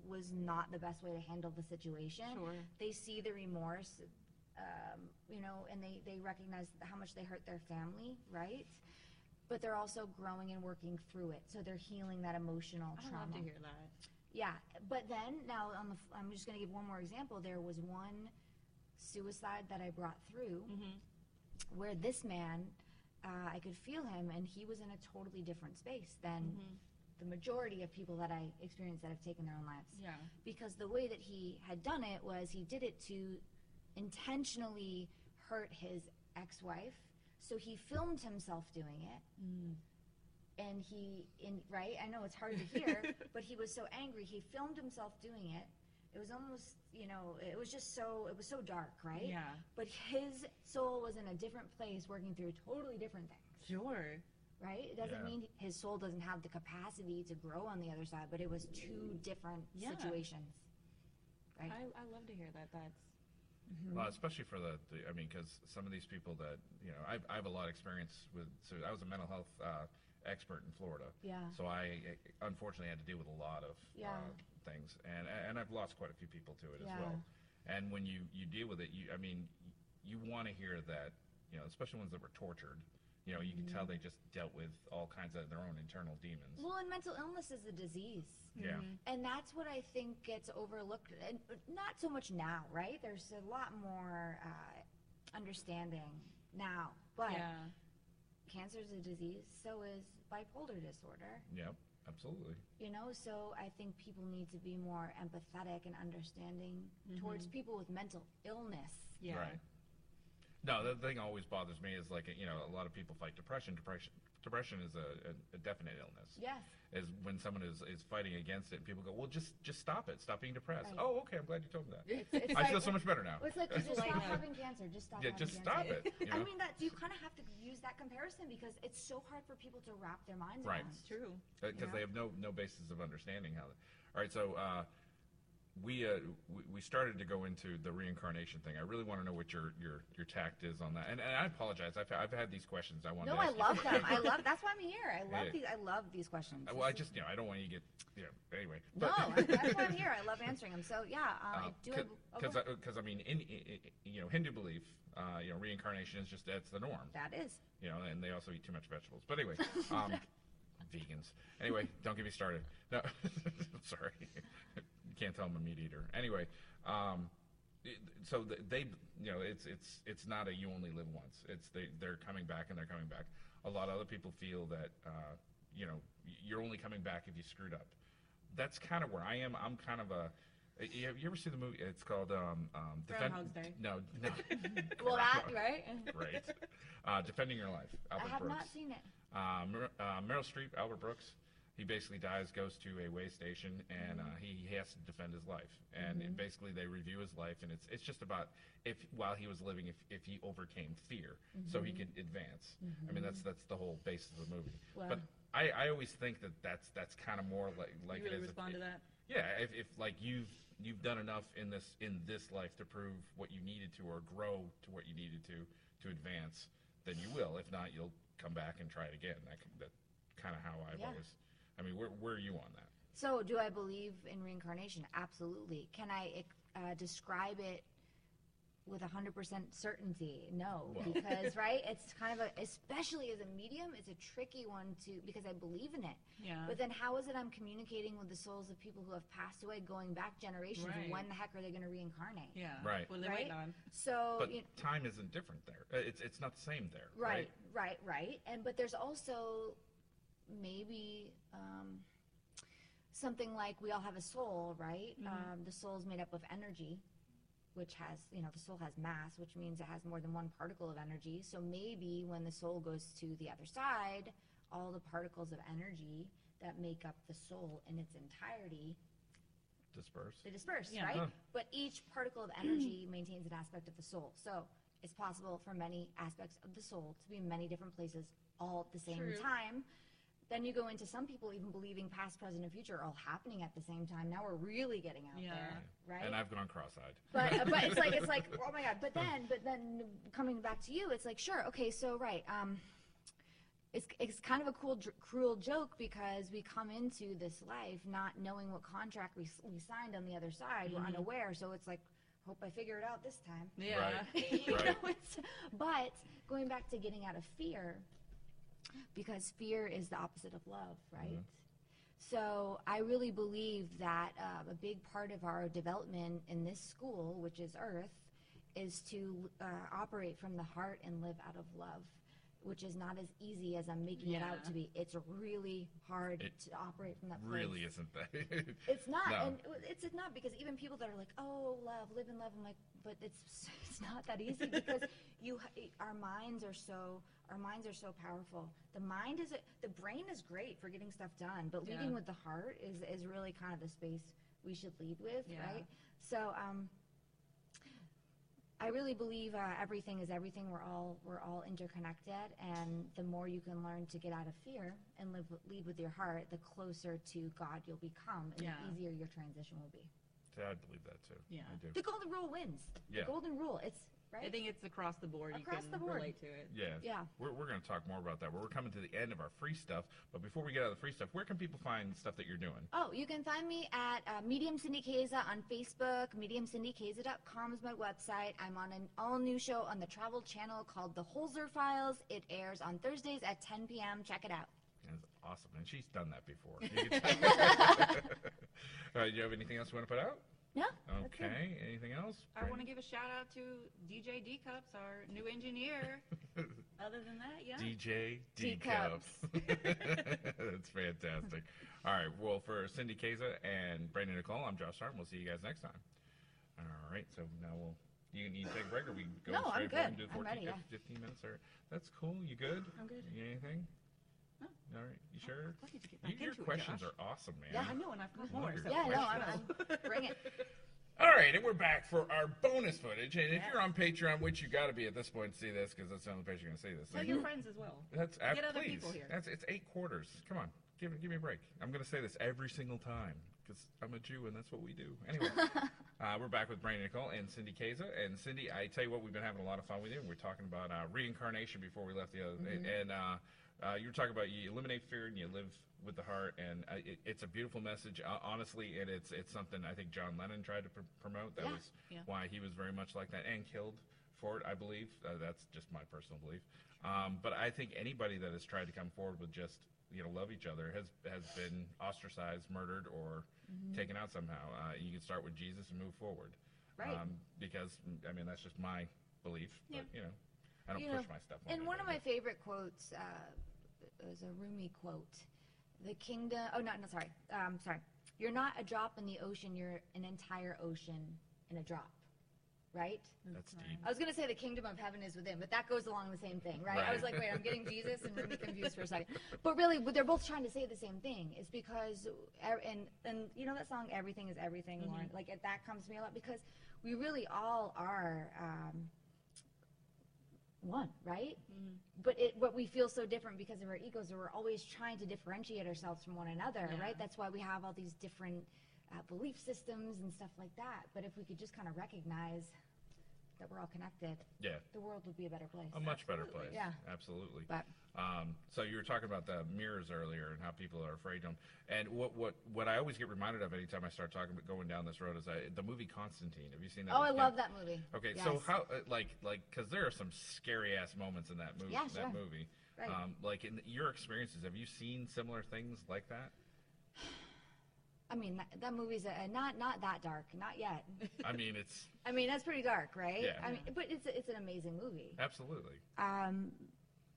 Speaker 4: was not the best way to handle the situation.
Speaker 5: Sure.
Speaker 4: They see the remorse, um, you know, and they they recognize how much they hurt their family, right? But they're also growing and working through it, so they're healing that emotional
Speaker 5: I
Speaker 4: trauma.
Speaker 5: love to hear that.
Speaker 4: Yeah, but then now on the, f- I'm just going to give one more example. There was one suicide that I brought through
Speaker 5: Mm. Mm-hmm,
Speaker 4: where this man, uh, I could feel him, and he was in a totally different space than
Speaker 5: Mm-hmm.
Speaker 4: the majority of people that I experience that have taken their own lives.
Speaker 5: Yeah.
Speaker 4: Because the way that he had done it was he did it to intentionally hurt his ex-wife. So he filmed himself doing it and he in right i know it's hard to hear but he was so angry he filmed himself doing it it was almost you know it was just so it was so dark right
Speaker 5: Yeah.
Speaker 4: but his soul was in a different place working through totally different things
Speaker 5: Sure.
Speaker 4: right it doesn't
Speaker 3: Yeah.
Speaker 4: mean his soul doesn't have the capacity to grow on the other side but it was two different
Speaker 5: Yeah.
Speaker 4: situations
Speaker 5: I,
Speaker 4: right
Speaker 5: I love to hear that. That's
Speaker 3: Well,
Speaker 4: Mm-hmm.
Speaker 3: especially for the, the I mean, because some of these people that you know, I, I have a lot of experience with. So I was a mental health uh, expert in Florida.
Speaker 4: Yeah.
Speaker 3: So I eh, unfortunately had to deal with a lot of
Speaker 4: Uh-huh. Yeah.
Speaker 3: uh, things, and and I've lost quite a few people to it as
Speaker 4: Yeah.
Speaker 3: well. And when you you deal with it, you I mean, you want to hear that you know, especially ones that were tortured you know, you can tell they just dealt with all kinds of their own internal demons.
Speaker 4: Mm-hmm. Well, and mental illness is a disease.
Speaker 3: yeah.
Speaker 5: mm-hmm.
Speaker 4: And that's what I think gets overlooked, and not so much now, right? There's a lot more uh, understanding now, but
Speaker 5: Yeah.
Speaker 4: cancer is a disease. So is bipolar disorder.
Speaker 3: Yep. Absolutely.
Speaker 4: You know, so I think people need to be more empathetic and understanding
Speaker 5: Mm-hmm.
Speaker 4: towards people with mental illness.
Speaker 5: Yeah.
Speaker 3: Right. No, the thing always bothers me is like you know a lot of people fight depression. Depression, depression is a, a, a definite illness.
Speaker 4: Yes.
Speaker 3: Is when someone is, is fighting against it, and people go, "Well, just just stop it. Stop being depressed."
Speaker 4: Right.
Speaker 3: Oh, okay. I'm glad you told me that.
Speaker 4: It's, it's
Speaker 3: I
Speaker 4: like,
Speaker 3: feel so much better now.
Speaker 4: It's like just
Speaker 5: Like,
Speaker 4: stop
Speaker 5: uh,
Speaker 4: having cancer. Just stop.
Speaker 3: Yeah,
Speaker 4: having
Speaker 3: just stop
Speaker 4: cancer.
Speaker 3: it. You know?
Speaker 4: I mean, that you kind of have to use that comparison because it's so hard for people to wrap their minds
Speaker 3: Right.
Speaker 4: around.
Speaker 5: It's true.
Speaker 3: because Uh, they have no no basis of understanding how. The, all right, so uh, we, uh, we we started to go into the reincarnation thing. I really want to know what your your your tact is on that. And, and I apologize. I've, I've had these questions. I want.
Speaker 4: No,
Speaker 3: to
Speaker 4: I
Speaker 3: ask you.
Speaker 4: love them. I love. That's why I'm here. I love
Speaker 3: Yeah.
Speaker 4: these. I love these questions.
Speaker 3: Uh, Well, I just you know I don't want you to get you know anyway.
Speaker 4: no, I- that's why I'm here. I love answering them. So yeah, um, I do. have-
Speaker 3: Because
Speaker 4: okay.
Speaker 3: because Uh, I mean in, i i- you know Hindu belief uh, you know reincarnation is just that's the norm.
Speaker 4: that is.
Speaker 3: you know, and they also eat too much vegetables. But anyway, um, vegans. Anyway, don't get me started. No, I'm sorry. you can't tell I'm a meat eater. Anyway, um, it- so th- they, you know, it's it's it's not a you only live once. It's they they're coming back and they're coming back. A lot of other people feel that uh, you know y- you're only coming back if you screwed up. That's kind of where I am. I'm kind of a. You you ever see the movie? It's called um, um, Defen-
Speaker 5: Groundhog's Day.
Speaker 3: No, no.
Speaker 4: Well, that right.
Speaker 3: Right. Uh, Defending Your Life, Albert
Speaker 4: I have
Speaker 3: Brooks.
Speaker 4: not seen it.
Speaker 3: Uh, Mer- uh, Meryl Streep, Albert Brooks, he basically dies, goes to a way station, and uh, he, he has to defend his life. And
Speaker 5: Mm-hmm.
Speaker 3: it- basically, they review his life, and it's it's just about if while he was living, if, if he overcame fear, so
Speaker 5: Mm-hmm.
Speaker 3: he could advance. I mean, that's that's the whole basis of the movie. But I, I always think that that's that's kind of more like like
Speaker 5: You
Speaker 3: it
Speaker 5: really
Speaker 3: is if-
Speaker 5: respond to that?
Speaker 3: yeah, if, if like you've you've done enough in this in this life to prove what you needed to or grow to what you needed to to advance, then you will. If not, you'll come back and try it again. That c- that kind of how I've
Speaker 4: Yeah.
Speaker 3: always. I mean, where where are you on that?
Speaker 4: So, do I believe in reincarnation? Absolutely. Can I uh, describe it with 100% certainty? No,
Speaker 3: Well.
Speaker 4: because, right, it's kind of a, especially as a medium, it's a tricky one to, because I believe in it.
Speaker 5: Yeah.
Speaker 4: But then, how is it I'm communicating with the souls of people who have passed away going back generations?
Speaker 5: Right.
Speaker 4: When the heck are they going to reincarnate?
Speaker 5: Yeah.
Speaker 3: Right.
Speaker 5: What are they
Speaker 4: Right?
Speaker 5: waiting on?
Speaker 4: So,
Speaker 3: But
Speaker 4: you-
Speaker 3: time isn't different there. Uh, It's it's not the same there.
Speaker 4: right, right, right. And, but there's also maybe um, something like we all have a soul, right?
Speaker 5: Mm-hmm.
Speaker 4: Um, the soul is made up of energy, which has, you know, the soul has mass, which means it has more than one particle of energy. So maybe when the soul goes to the other side, all the particles of energy that make up the soul in its entirety,
Speaker 3: Disperse.
Speaker 4: they disperse,
Speaker 5: Yeah.
Speaker 4: right?
Speaker 3: Huh.
Speaker 4: But each particle of energy maintains an aspect of the soul. So it's possible for many aspects of the soul to be in many different places all at the same
Speaker 5: True.
Speaker 4: time. Then you go into some people even believing past, present, and future are all happening at the same time. Now we're really getting out
Speaker 5: Yeah.
Speaker 4: there, right?
Speaker 3: And I've gone cross-eyed.
Speaker 4: but uh, but it's like it's like oh my god. But then but then coming back to you, it's like sure okay so right um. It's, it's kind of a cool, dr- cruel joke because we come into this life not knowing what contract we, s- we signed on the other side. We're unaware, so it's like, hope I figure it out this time.
Speaker 5: Yeah.
Speaker 4: You
Speaker 3: Right.
Speaker 4: know, it's, but going back to getting out of fear, because fear is the opposite of love,
Speaker 3: Mm-hmm.
Speaker 4: right? So I really believe that um, a big part of our development in this school, which is Earth, is to uh, operate from the heart and live out of love, which is not as easy as I'm making it out
Speaker 5: Yeah.
Speaker 4: to be. It's really hard
Speaker 3: It
Speaker 4: to operate from that place.
Speaker 3: Really isn't that.
Speaker 4: It's not,
Speaker 3: No.
Speaker 4: and it- it's it's not because even people that are like, "Oh, love, live in love," I'm like, but it's it's not that easy because you h- our minds are so our minds are so powerful. The mind is a, the brain is great for getting stuff done, but leading
Speaker 5: Yeah.
Speaker 4: with the heart is is really kind of the space we should lead with,
Speaker 5: Yeah.
Speaker 4: right? So, um, I really believe uh, everything is everything. We're all we're all interconnected, and the more you can learn to get out of fear and live with- lead with your heart, the closer to God you'll become, and
Speaker 5: Yeah.
Speaker 4: the easier your transition will be.
Speaker 3: I believe that too.
Speaker 5: Yeah.
Speaker 3: I do.
Speaker 4: The golden rule wins.
Speaker 3: Yeah.
Speaker 4: The golden rule. It's right?
Speaker 5: I think it's across the board.
Speaker 4: Across
Speaker 5: you can
Speaker 4: the board.
Speaker 5: relate to it.
Speaker 3: Yeah.
Speaker 4: Yeah.
Speaker 3: We're, we're going to talk more about that. We're coming to the end of our free stuff. But before we get out of the free stuff, where can people find stuff that you're doing?
Speaker 4: Oh, you can find me at uh, Medium Cindy Keza on Facebook. MediumCindyKeza.com is my website. I'm on an all new show on the Travel Channel called The Holzer Files. It airs on Thursdays at 10 p.m. Check it out.
Speaker 3: That's awesome. And she's done that before. You can tell. All right. Do you have anything else you want to put out?
Speaker 4: No?
Speaker 3: Okay. Anything else?
Speaker 5: I want to give a shout out to DJ D Cups, our new engineer. Other than that, yeah.
Speaker 3: DJ D
Speaker 4: Tea
Speaker 3: cups.
Speaker 4: cups.
Speaker 3: That's fantastic. All right. Well, for Cindy Keza and Brandon Nicole, I'm Josh Hart. We'll see you guys next time. All right. So now we'll. You need to take a break, or we can go
Speaker 4: No, I'm
Speaker 3: straight forward and
Speaker 4: good.
Speaker 3: do the
Speaker 4: I'm
Speaker 3: 14,
Speaker 4: ready, yeah.
Speaker 3: 15 minutes. Or that's cool. You good?
Speaker 5: I'm good.
Speaker 3: You need anything?
Speaker 5: No. Oh,
Speaker 3: All right. You sure?
Speaker 5: glad you could get
Speaker 3: You-
Speaker 5: back
Speaker 3: your
Speaker 5: into it,
Speaker 3: questions
Speaker 5: Josh.
Speaker 3: are awesome, man.
Speaker 5: Yeah, I know, and I've got more.
Speaker 3: Wonderful.
Speaker 5: So
Speaker 4: Yeah,
Speaker 5: let's
Speaker 4: no, I'm,
Speaker 5: go.
Speaker 4: I'm, bring it.
Speaker 3: All right, and we're back for our bonus footage. And if you're on Patreon, which you got to be at this point to see this, because that's the only place you're going to see this.
Speaker 5: Tell
Speaker 3: So
Speaker 5: your
Speaker 3: you-
Speaker 5: friends as well.
Speaker 3: That's uh,
Speaker 5: Get other
Speaker 3: please.
Speaker 5: people here.
Speaker 3: That's it's eight quarters. Come on, give give me a break. I'm gonna say this every single time because I'm a Jew and that's what we do. Anyway, uh, we're back with Brandon Nicole and Cindy Keza. And Cindy, I tell you what, we've been having a lot of fun with you. We're talking about uh, reincarnation before we left the other,
Speaker 5: Mm-hmm.
Speaker 3: and uh, uh, you were talking about you eliminate fear and you live with the heart, and uh, it, it's a beautiful message, uh, honestly. And it's it's something I think John Lennon tried to pr- promote. That
Speaker 4: Yeah.
Speaker 3: was
Speaker 5: Yeah.
Speaker 3: why he was very much like that and killed for it, I believe. Uh, that's just my personal belief. Um, but I think anybody that has tried to come forward with just you know love each other has has been ostracized, murdered, or
Speaker 4: Mm-hmm.
Speaker 3: taken out somehow. Uh, you can start with Jesus and move forward,
Speaker 4: Right.
Speaker 3: Um, because mm, I mean that's just my belief. But you know, I don't
Speaker 4: You
Speaker 3: push
Speaker 4: know,
Speaker 3: my stuff. on
Speaker 4: And one of my
Speaker 3: anybody.
Speaker 4: favorite quotes uh, was a Rumi quote. The kingdom. Oh no, no, sorry. Um, sorry. You're not a drop in the ocean. You're an entire ocean in a drop, right?
Speaker 3: that's deep.
Speaker 4: I was gonna say the kingdom of heaven is within, but that goes along the same thing, right? I was
Speaker 3: Right.
Speaker 4: like, wait, I'm getting Jesus and Rumi confused for a second. But really, what they're both trying to say the same thing. It's because, e- and and you know that song, "Everything Is Everything," Lauren. Like it, that comes to me a lot because we really all are um, one, right?
Speaker 3: Mm-hmm.
Speaker 4: But it, what we feel so different because of our egos, or we're always trying to differentiate ourselves from one another,
Speaker 5: Yeah.
Speaker 4: right? That's why we have all these different uh, belief systems and stuff like that. But if we could just kind of recognize that we're all connected,
Speaker 3: Yeah,
Speaker 4: the world would be a better place.
Speaker 3: a much better place.
Speaker 4: Yeah.
Speaker 3: absolutely.
Speaker 4: But
Speaker 3: Um, so you were talking about the mirrors earlier and how people are afraid of them. And what what what I always get reminded of anytime I start talking about going down this road is I, the movie Constantine. Have you seen that?
Speaker 4: oh,
Speaker 3: with
Speaker 4: I
Speaker 3: Ken-
Speaker 4: love that movie.
Speaker 3: Okay,
Speaker 4: Yes.
Speaker 3: so how uh, like like because there are some scary ass moments in that movie.
Speaker 4: Yeah, sure.
Speaker 3: That movie.
Speaker 4: Right.
Speaker 3: Um, like in your experiences, have you seen similar things like that?
Speaker 4: I mean, that, that movie's a, not not that dark, not yet.
Speaker 3: I mean, it's
Speaker 4: I mean, that's pretty dark, right?
Speaker 3: Yeah.
Speaker 4: I mean, but it's a, it's an amazing movie.
Speaker 3: absolutely.
Speaker 4: Um,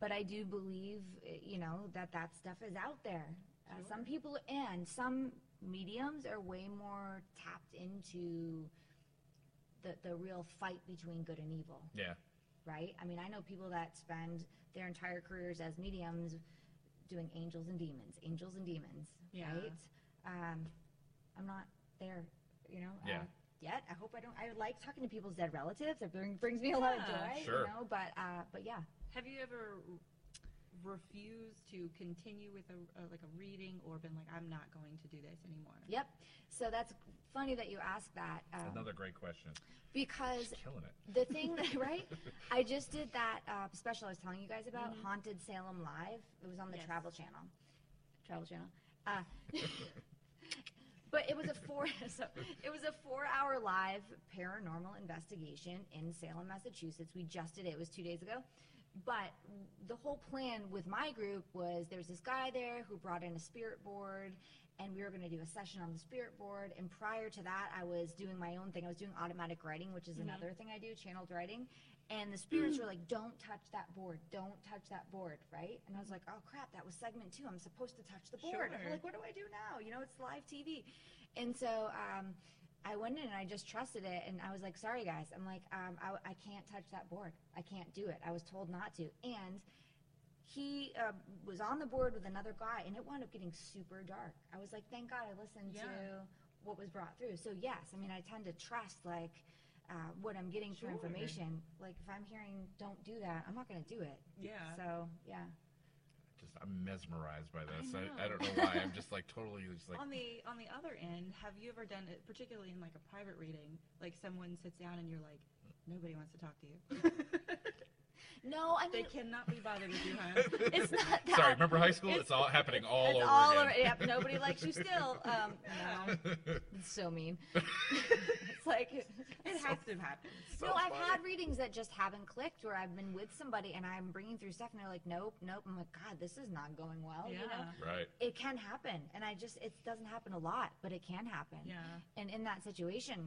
Speaker 4: but I do believe, eh, you know, that that stuff is out there. Uh, Some people and some mediums are way more tapped into the the real fight between good and evil.
Speaker 3: Yeah.
Speaker 4: right? I mean, I know people that spend their entire careers as mediums doing angels and demons, angels and demons,
Speaker 5: Yeah.
Speaker 4: right? Um, I'm not there, you know.
Speaker 3: Yeah.
Speaker 4: Uh, yet, I hope I don't. I like talking to people's dead relatives. It bring, brings me a lot of
Speaker 5: Yeah.
Speaker 4: joy,
Speaker 3: Sure.
Speaker 4: you know. But uh, but yeah,
Speaker 5: Have you ever refused to continue with a, a like a reading or been like, I'm not going to do this anymore?
Speaker 4: yep. So that's funny that you ask that um,
Speaker 3: Another great question.
Speaker 4: because
Speaker 3: Just killing it.
Speaker 4: the thing that right i just did that uh, special i was telling you guys about haunted salem live it was on the
Speaker 5: Yes.
Speaker 4: travel channel travel channel uh, but it was a four so it was a four hour live paranormal investigation in salem massachusetts we just did it it was two days ago but the whole plan with my group was there was this guy there who brought in a spirit board and we were going to do a session on the spirit board and prior to that i was doing my own thing i was doing automatic writing which is another thing i do channeled writing and the spirits were like don't touch that board don't touch that board right and i was like oh crap that was segment two i'm supposed to touch the board I'm
Speaker 5: Sure.
Speaker 4: like what do i do now you know it's live tv and so um, i went in and i just trusted it and i was like sorry guys i'm like um, I, I can't touch that board i can't do it i was told not to and he uh, was on the board with another guy and it wound up getting super dark i was like thank god i listened to
Speaker 5: Yeah.
Speaker 4: what was brought through so yes i mean i tend to trust like uh, what i'm getting for
Speaker 5: Sure.
Speaker 4: information like if i'm hearing don't do that i'm not going to do it
Speaker 5: Yeah.
Speaker 4: so yeah
Speaker 3: Just I'm mesmerized by this. I, I,
Speaker 5: know.
Speaker 3: don't know why. I'm just like totally just like
Speaker 5: on the on the other end, have you ever done it, particularly in like a private reading, like someone sits down and you're like, Nobody wants to talk to you.
Speaker 4: No, I
Speaker 5: they
Speaker 4: mean
Speaker 5: cannot be bothered with you, hon.
Speaker 4: it's not that.
Speaker 3: Sorry, remember high school? It's,
Speaker 5: It's-
Speaker 3: all happening all
Speaker 5: it's
Speaker 3: over
Speaker 5: all
Speaker 3: again.
Speaker 5: over. Yep, nobody likes you still. Um, no,
Speaker 4: It's so mean. it's like
Speaker 5: it has to happen.
Speaker 4: no, I've had readings that just haven't clicked where I've been with somebody and I'm bringing through stuff and they're like, nope, nope. I'm like, God, this is not going well. Oh, You know,
Speaker 5: Yeah.
Speaker 3: right.
Speaker 4: it can happen, and I just it doesn't happen a lot, but it can happen.
Speaker 5: Yeah.
Speaker 4: And in that situation,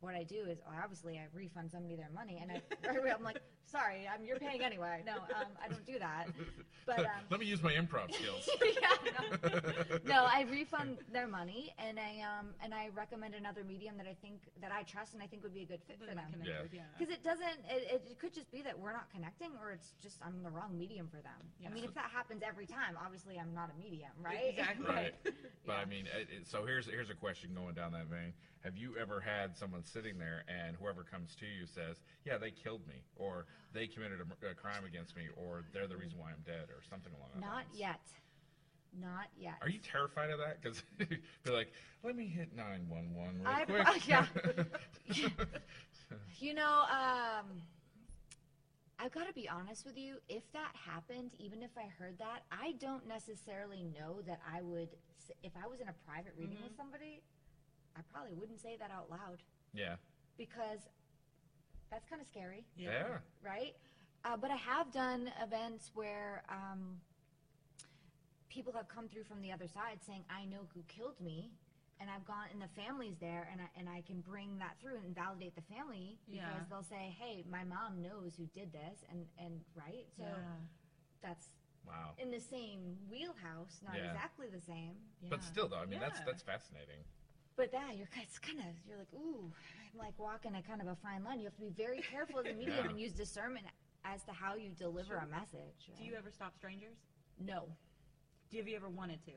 Speaker 4: what I do is obviously I refund somebody their money, and I, I'm like, sorry, I'm you're paying anyway. No, um, I don't do that. But um,
Speaker 3: Let me use my improv skills.
Speaker 4: yeah, no. no, I refund their money and I um and I recommend another medium that I think that I trust and I think would be a good fit for
Speaker 5: They're not
Speaker 4: them.
Speaker 3: Yeah.
Speaker 5: connected, yeah.
Speaker 4: Because it doesn't, it, it could just be that we're not connecting, or it's just I'm the wrong medium for them.
Speaker 5: Yeah.
Speaker 4: I mean, if that happens every time, obviously I'm not a medium, right?
Speaker 5: Exactly.
Speaker 3: Right. But I mean, it, it- so here's here's a question going down that vein. Have you ever had someone sitting there and whoever comes to you says, "Yeah, they killed me," or "They committed a, mur- a crime against me," or "They're the reason why I'm dead," or something along that
Speaker 4: Not
Speaker 3: lines?
Speaker 4: yet. Not yet.
Speaker 3: Are you terrified of that? Because they're like, "Let me hit 911 real
Speaker 4: I-
Speaker 3: quick."
Speaker 4: yeah. You know, um, I've got to be honest with you. If that happened, even if I heard that, I don't necessarily know that I would. s- If I was in a private reading with somebody, I probably wouldn't say that out loud
Speaker 3: yeah.
Speaker 4: because that's kind of scary,
Speaker 3: Yeah.
Speaker 4: right? Uh, but I have done events where um, people have come through from the other side saying, "I know who killed me." And I've gone, and the family's there, and I, and I can bring that through and validate the family because
Speaker 5: Yeah.
Speaker 4: they'll say, "Hey, my mom knows who did this," and and right, so that's
Speaker 3: Wow.
Speaker 4: in the same wheelhouse, not
Speaker 3: Yeah.
Speaker 4: exactly the same,
Speaker 3: But still, though, I mean, that's
Speaker 5: Yeah.
Speaker 3: that's fascinating.
Speaker 4: but that you're kind of, kind of you're like, ooh, I'm like walking a kind of a fine line. You have to be very careful as a medium
Speaker 3: Yeah.
Speaker 4: and use discernment as to how you deliver a message.
Speaker 5: Do you ever stop strangers?
Speaker 4: no,
Speaker 5: Do you- have you ever wanted to?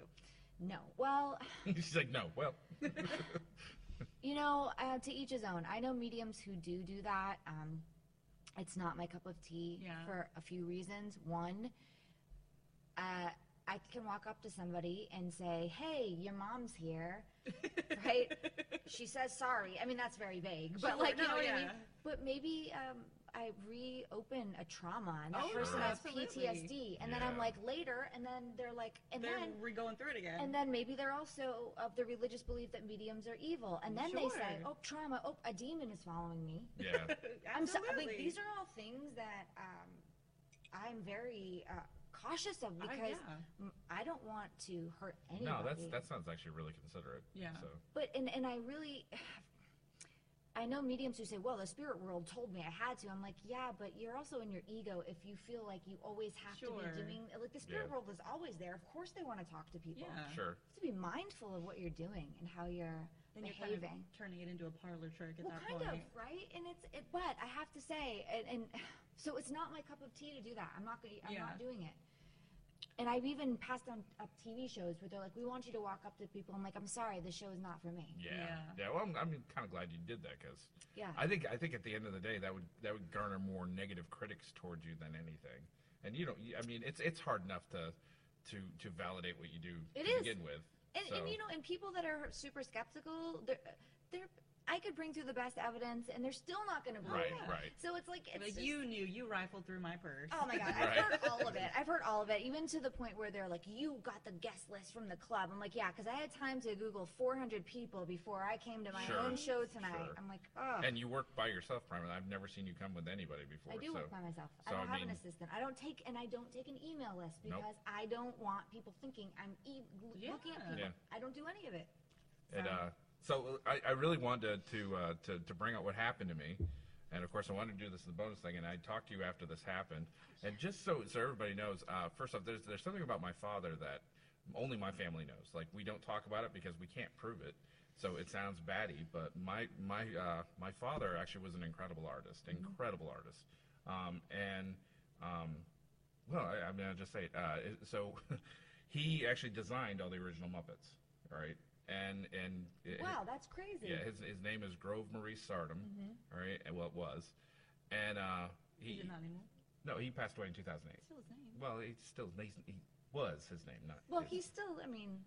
Speaker 4: no. Well,
Speaker 3: She's like, "No, well,
Speaker 4: you know, uh, to each his own. I know mediums who do do that. Um, it's not my cup of tea
Speaker 5: Yeah.
Speaker 4: for a few reasons. One, uh, I can walk up to somebody and say, "Hey, your mom's here," right? She says sorry. I mean, that's very vague, but
Speaker 5: Sure,
Speaker 4: like, you
Speaker 5: no,
Speaker 4: know what I mean.
Speaker 5: yeah.
Speaker 4: But maybe um, I reopen a trauma, and that
Speaker 5: Oh, sure,
Speaker 4: person has
Speaker 5: absolutely.
Speaker 4: PTSD, and then I'm
Speaker 3: Yeah.
Speaker 4: like later, and then they're like, and
Speaker 5: They're
Speaker 4: then
Speaker 5: re going through it again.
Speaker 4: and then maybe they're also of the religious belief that mediums are evil. And then they say,
Speaker 5: Sure.
Speaker 4: oh, trauma, oh, a demon is following me.
Speaker 3: yeah,
Speaker 4: I'm so,
Speaker 5: Absolutely.
Speaker 4: like, these are all things that um, I'm very uh, cautious of
Speaker 5: I-
Speaker 4: because
Speaker 5: yeah.
Speaker 4: m- I don't want to hurt anybody.
Speaker 3: no, that's that sounds actually really considerate."
Speaker 5: Yeah.
Speaker 3: So
Speaker 4: But, and, and I really. I know mediums who say, well, the spirit world told me I had to. I'm like, yeah, but you're also in your ego if you feel like you always have to
Speaker 5: Sure.
Speaker 4: be doing. Like, the spirit
Speaker 3: Yeah.
Speaker 4: world is always there. Of course, they want to talk to people
Speaker 5: Yeah.
Speaker 3: sure.
Speaker 4: to be mindful of what you're doing and how you're
Speaker 5: Then you're kind
Speaker 4: behaving.
Speaker 5: of turning it into a parlor trick at
Speaker 4: well,
Speaker 5: that
Speaker 4: kind
Speaker 5: point.
Speaker 4: of, right? And it's, it, but I have to say, and, and so it's not my cup of tea to do that. I'm not going. I'm
Speaker 5: Yeah.
Speaker 4: not doing it. And I've even passed on up TV shows where they're like, "We want you to walk up to people." I'm like, "I'm sorry, this show is not for me."
Speaker 3: Yeah. Yeah.
Speaker 5: Yeah.
Speaker 3: well, I'm, I'm kind of glad you did that because
Speaker 4: Yeah.
Speaker 3: I think I think at the end of the day that would that would garner more negative critics towards you than anything. And you don't. you- I mean, it's it's hard enough to to to validate what you do
Speaker 4: It
Speaker 3: to
Speaker 4: is.
Speaker 3: begin with.
Speaker 4: And,
Speaker 3: so,
Speaker 4: and you know, and people that are super skeptical, they're, they're I could bring through the best evidence, and they're still not going to believe
Speaker 3: Right,
Speaker 4: it.
Speaker 3: right.
Speaker 4: So it's like it's
Speaker 5: Like,
Speaker 4: just-
Speaker 5: you knew you rifled through my purse.
Speaker 4: Oh my god,
Speaker 3: Right.
Speaker 4: I've heard all of it. I've heard all of it, even to the point where they're like, "You got the guest list from the club." I'm like, "Yeah," because I had time to Google 400 people before I came to my
Speaker 3: Sure,
Speaker 4: own show tonight.
Speaker 3: sure.
Speaker 4: I'm like, "Oh,
Speaker 3: And you work by yourself, primarily. I've never seen you come with anybody before.
Speaker 4: I do
Speaker 3: so.
Speaker 4: work by myself.
Speaker 3: so,
Speaker 4: I don't
Speaker 3: I
Speaker 4: have
Speaker 3: mean-
Speaker 4: an assistant. I don't take and I don't take an email list
Speaker 3: Nope.
Speaker 4: because I don't want people thinking I'm e- l- looking at
Speaker 5: Yeah.
Speaker 4: people.
Speaker 3: Yeah.
Speaker 4: I don't do any of it.
Speaker 3: And uh, so I, I really wanted to to, uh, to to bring out what happened to me, and of course I wanted to do this as a bonus thing, and I talked to you after this happened, and just so so everybody knows, uh, first off, there's there's something about my father that only my family knows. Like we don't talk about it because we can't prove it. So it sounds batty, but my my uh, my father actually was an incredible artist, incredible artist, um, and um, well, I, I mean, I'll just say it. Uh, it- so, he actually designed all the original Muppets, all right? And and it-
Speaker 4: Wow, that's crazy.
Speaker 3: yeah, his his name is Grove Maurice Sardom, all right? And well, it was, and uh, he,
Speaker 5: He did not anymore.
Speaker 3: no, he passed away in 2008.
Speaker 5: Still his name.
Speaker 3: Well, he still he, he was his name, not.
Speaker 4: well,
Speaker 3: his-
Speaker 4: he's still, I mean,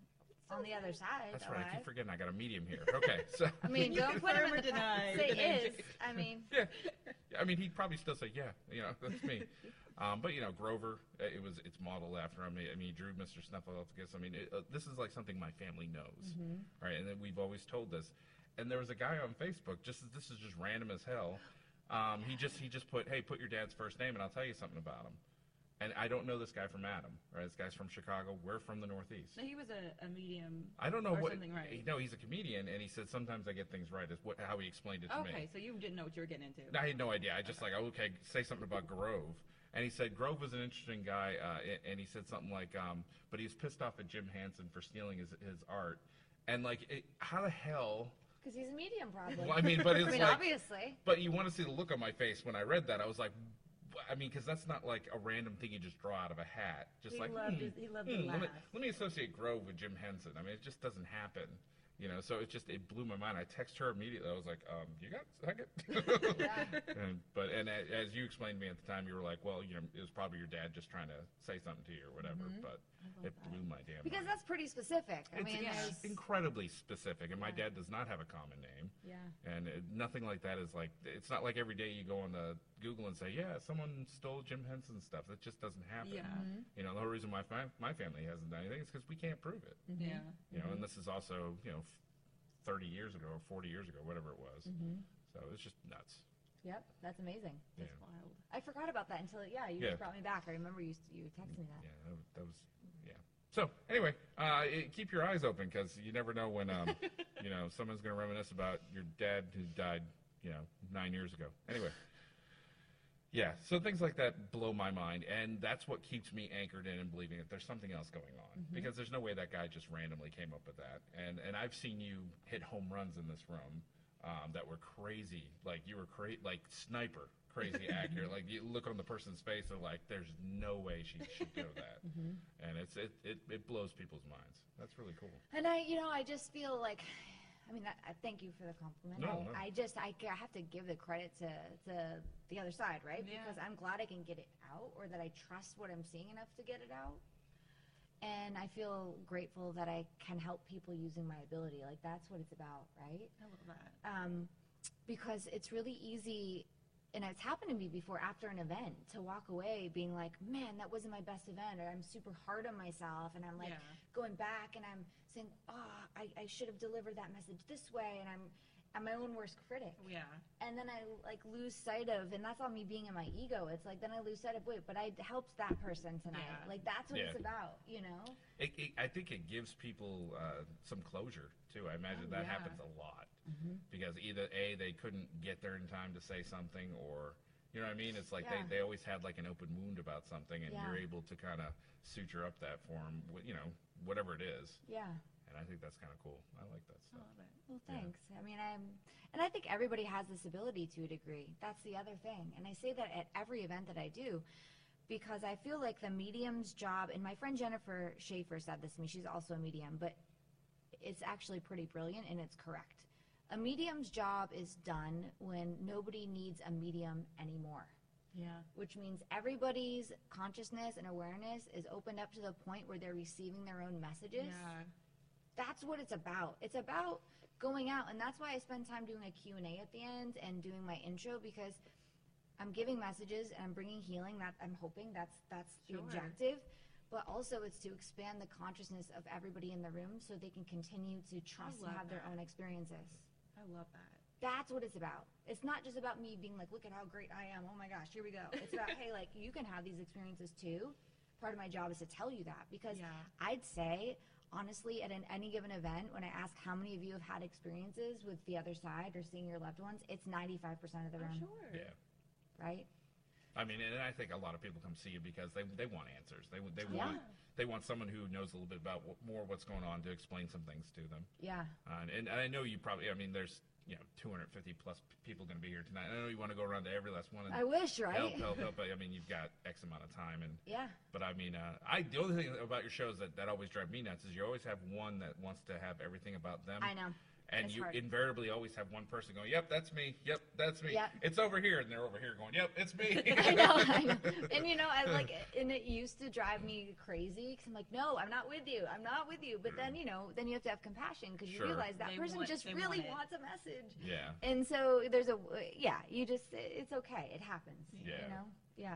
Speaker 4: on the other side.
Speaker 3: That's
Speaker 4: alive.
Speaker 3: right. I keep forgetting. I got a medium here. Okay, so
Speaker 4: I mean, don't put him in
Speaker 5: Forever
Speaker 4: the
Speaker 5: deny
Speaker 4: Say
Speaker 5: the name
Speaker 4: is.
Speaker 5: change.
Speaker 4: I mean,
Speaker 3: yeah, I mean, he'd probably still say, "Yeah, you know, that's me." um, but you know, Grover, uh, it was it's modeled after him. I mean, he drew Mr. Snuffleupagus. I mean, it, uh, this is like something my family knows,
Speaker 5: Mm-hmm.
Speaker 3: all right? And then we've always told this. And there was a guy on Facebook. Just this is just random as hell. Um, he just he just put, "Hey, put your dad's first name, and I'll tell you something about him." And I don't know this guy from Adam. Right? This guy's from Chicago. We're from the Northeast.
Speaker 5: No, he was a, a medium.
Speaker 3: I don't know
Speaker 5: or
Speaker 3: what.
Speaker 5: something, right?
Speaker 3: No, he's a comedian, and he said sometimes I get things right. Is what how he explained it to me.
Speaker 5: Okay, so you didn't know what you were getting into.
Speaker 3: I had no idea. I just like, "Oh, okay, say something about Grove. And he said Grove was an interesting guy, uh, a- and he said something like, um, but he was pissed off at Jim Hansen for stealing his, his art. And like, it, how the hell?
Speaker 4: Because he's a medium, probably.
Speaker 3: Well, I mean, but it's
Speaker 4: I mean,
Speaker 3: like,
Speaker 4: obviously.
Speaker 3: but you want to see the look on my face when I read that. I was like, wh- I mean, because that's not like a random thing you just draw out of a hat. Just
Speaker 5: He
Speaker 3: like
Speaker 5: loved
Speaker 3: hmm,
Speaker 5: his- he loved the
Speaker 3: hmm, let, me,
Speaker 5: laugh.
Speaker 3: let me associate Grove with Jim Henson. I mean, it just doesn't happen. You know, so it just it blew my mind. I text her immediately. I was like, um, "You got a second? and, but and a- as you explained to me at the time, you were like, "Well, you know, it was probably your dad just trying to say something to you or whatever."
Speaker 5: Mm-hmm.
Speaker 3: But it blew my damn.
Speaker 4: Because
Speaker 3: mind.
Speaker 4: that's pretty specific. I
Speaker 3: It's
Speaker 4: mean,
Speaker 3: ex-
Speaker 4: there's.
Speaker 3: incredibly specific, and my dad does not have a common name.
Speaker 5: Yeah.
Speaker 3: And it, nothing like that is like it's not like every day you go on the Google and say, "Yeah, someone stole Jim Henson stuff." That just doesn't happen.
Speaker 5: Yeah.
Speaker 4: Mm-hmm.
Speaker 5: Mhm.
Speaker 3: You know, the whole reason my fa- my family hasn't done anything is because we can't prove it.
Speaker 4: Mm-hmm.
Speaker 5: Yeah.
Speaker 3: You know, and this is also you know, f- thirty years ago or forty years ago, whatever it was.
Speaker 4: Mm-hmm.
Speaker 3: So it's just nuts.
Speaker 4: Yep, that's amazing.
Speaker 3: Yeah.
Speaker 5: It's wild.
Speaker 4: I forgot about that until yeah, you
Speaker 3: Yeah.
Speaker 4: just brought me back. I remember you you texted me that.
Speaker 3: Yeah, that, was- that was yeah. So anyway, uh, it, keep your eyes open because you never know when um, you know someone's going to reminisce about your dad who died you know nine years ago. Anyway, yeah. So things like that blow my mind, and that's what keeps me anchored in and believing that there's something else going on because there's no way that guy just randomly came up with that. And and I've seen you hit home runs in this room um, that were crazy, like you were cra- like sniper. Crazy accurate. like you look on the person's face, they're like, "There's no way she should go that," and it's it, it it blows people's minds. That's really cool.
Speaker 4: And I, you know, I just feel like, I mean, I, I thank you for the compliment.
Speaker 3: No,
Speaker 4: I,
Speaker 3: no.
Speaker 4: I just, I, ca- I have to give the credit to, to the other side, right?
Speaker 5: Yeah.
Speaker 4: Because I'm glad I can get it out or that I trust what I'm seeing enough to get it out. And I feel grateful that I can help people using my ability. Like, that's what it's about, right?
Speaker 5: I love that.
Speaker 4: um, because it's really easy and it's happened to me before after an event to walk away being like man that wasn't my best event or i'm super hard on myself and i'm like
Speaker 5: Yeah.
Speaker 4: going back and i'm saying oh i, I should have delivered that message this way and i'm i'm my own worst critic
Speaker 5: Oh, Yeah.
Speaker 4: and then i like lose sight of and that's on me being in my ego it's like then i lose sight of wait but i helped that person tonight
Speaker 5: Yeah.
Speaker 4: like that's what it's
Speaker 3: Yeah.
Speaker 4: about you know
Speaker 3: It, it, I think it gives people uh, some closure too. I imagine
Speaker 5: Oh,
Speaker 3: that
Speaker 5: yeah.
Speaker 3: happens a lot
Speaker 5: Mm-hmm.
Speaker 3: because either a they couldn't get there in time to say something, or you know what I mean. It's like
Speaker 4: Yeah.
Speaker 3: they, they always had like an open wound about something, and
Speaker 4: Yeah.
Speaker 3: you're able to kind of suture up that form, you know, whatever it is.
Speaker 4: yeah
Speaker 3: And I think that's kind of cool. I like that
Speaker 5: I
Speaker 3: stuff.
Speaker 5: love it.
Speaker 4: Well,
Speaker 3: Yeah.
Speaker 4: thanks. I mean, I'm, and I think everybody has this ability to a degree. That's the other thing. And I say that at every event that I do because I feel like the medium's job, and my friend Jennifer Schaefer said this to me, she's also a medium, but it's actually pretty brilliant and it's correct. A medium's job is done when nobody needs a medium anymore
Speaker 5: Yeah.
Speaker 4: which means everybody's consciousness and awareness is opened up to the point where they're receiving their own messages
Speaker 5: Yeah.
Speaker 4: that's what it's about it's about going out and that's why i spend time doing a q&a at the end and doing my intro because i'm giving messages and i'm bringing healing that i'm hoping that's that's the
Speaker 5: Sure.
Speaker 4: objective but also it's to expand the consciousness of everybody in the room so they can continue to trust and
Speaker 5: love
Speaker 4: have their
Speaker 5: that.
Speaker 4: own experiences
Speaker 5: I love that.
Speaker 4: that's what it's about. It's not just about me being like, look at how great I am. Oh my gosh, here we go. It's about, hey, like, you can have these experiences too. Part of my job is to tell you that because
Speaker 5: Yeah.
Speaker 4: I'd say, honestly, at an, any given event, when I ask how many of you have had experiences with the other side or seeing your loved ones, it's 95% of the
Speaker 5: Oh,
Speaker 4: room,
Speaker 5: sure.
Speaker 3: Yeah.
Speaker 4: right?
Speaker 3: I mean, and I think a lot of people come see you because they they want answers. They they
Speaker 4: Yeah.
Speaker 3: want they want someone who knows a little bit about what, more what's going on to explain some things to them.
Speaker 4: Yeah.
Speaker 3: Uh, and, and I know you probably. I mean, there's you know 250 plus p- people going to be here tonight. I know you want to go around to every last one and
Speaker 4: I wish, right?
Speaker 3: help, help, help. But I mean, you've got X amount of time, and
Speaker 4: Yeah.
Speaker 3: but I mean, uh, I the only thing about your shows that that always drive me nuts is you always have one that wants to have everything about them.
Speaker 4: I know.
Speaker 3: and
Speaker 4: It's
Speaker 3: you
Speaker 4: hard.
Speaker 3: invariably always have one person going, "Yep, that's me. Yep, that's me.
Speaker 4: Yep.
Speaker 3: It's over here," and they're over here going, "Yep, it's me."
Speaker 4: I know, I know. And you know, I like, and it used to drive me crazy because I'm like, no, I'm not with you. I'm not with you. But then, you know, then you have to have compassion because you
Speaker 3: Mm. Sure.
Speaker 4: realize that
Speaker 5: They
Speaker 4: person
Speaker 5: want-
Speaker 4: just
Speaker 5: they
Speaker 4: really
Speaker 5: want it.
Speaker 4: wants a message.
Speaker 3: yeah.
Speaker 4: And so there's a, yeah, you just, it's okay. It happens.
Speaker 3: Yeah.
Speaker 4: You know? Yeah.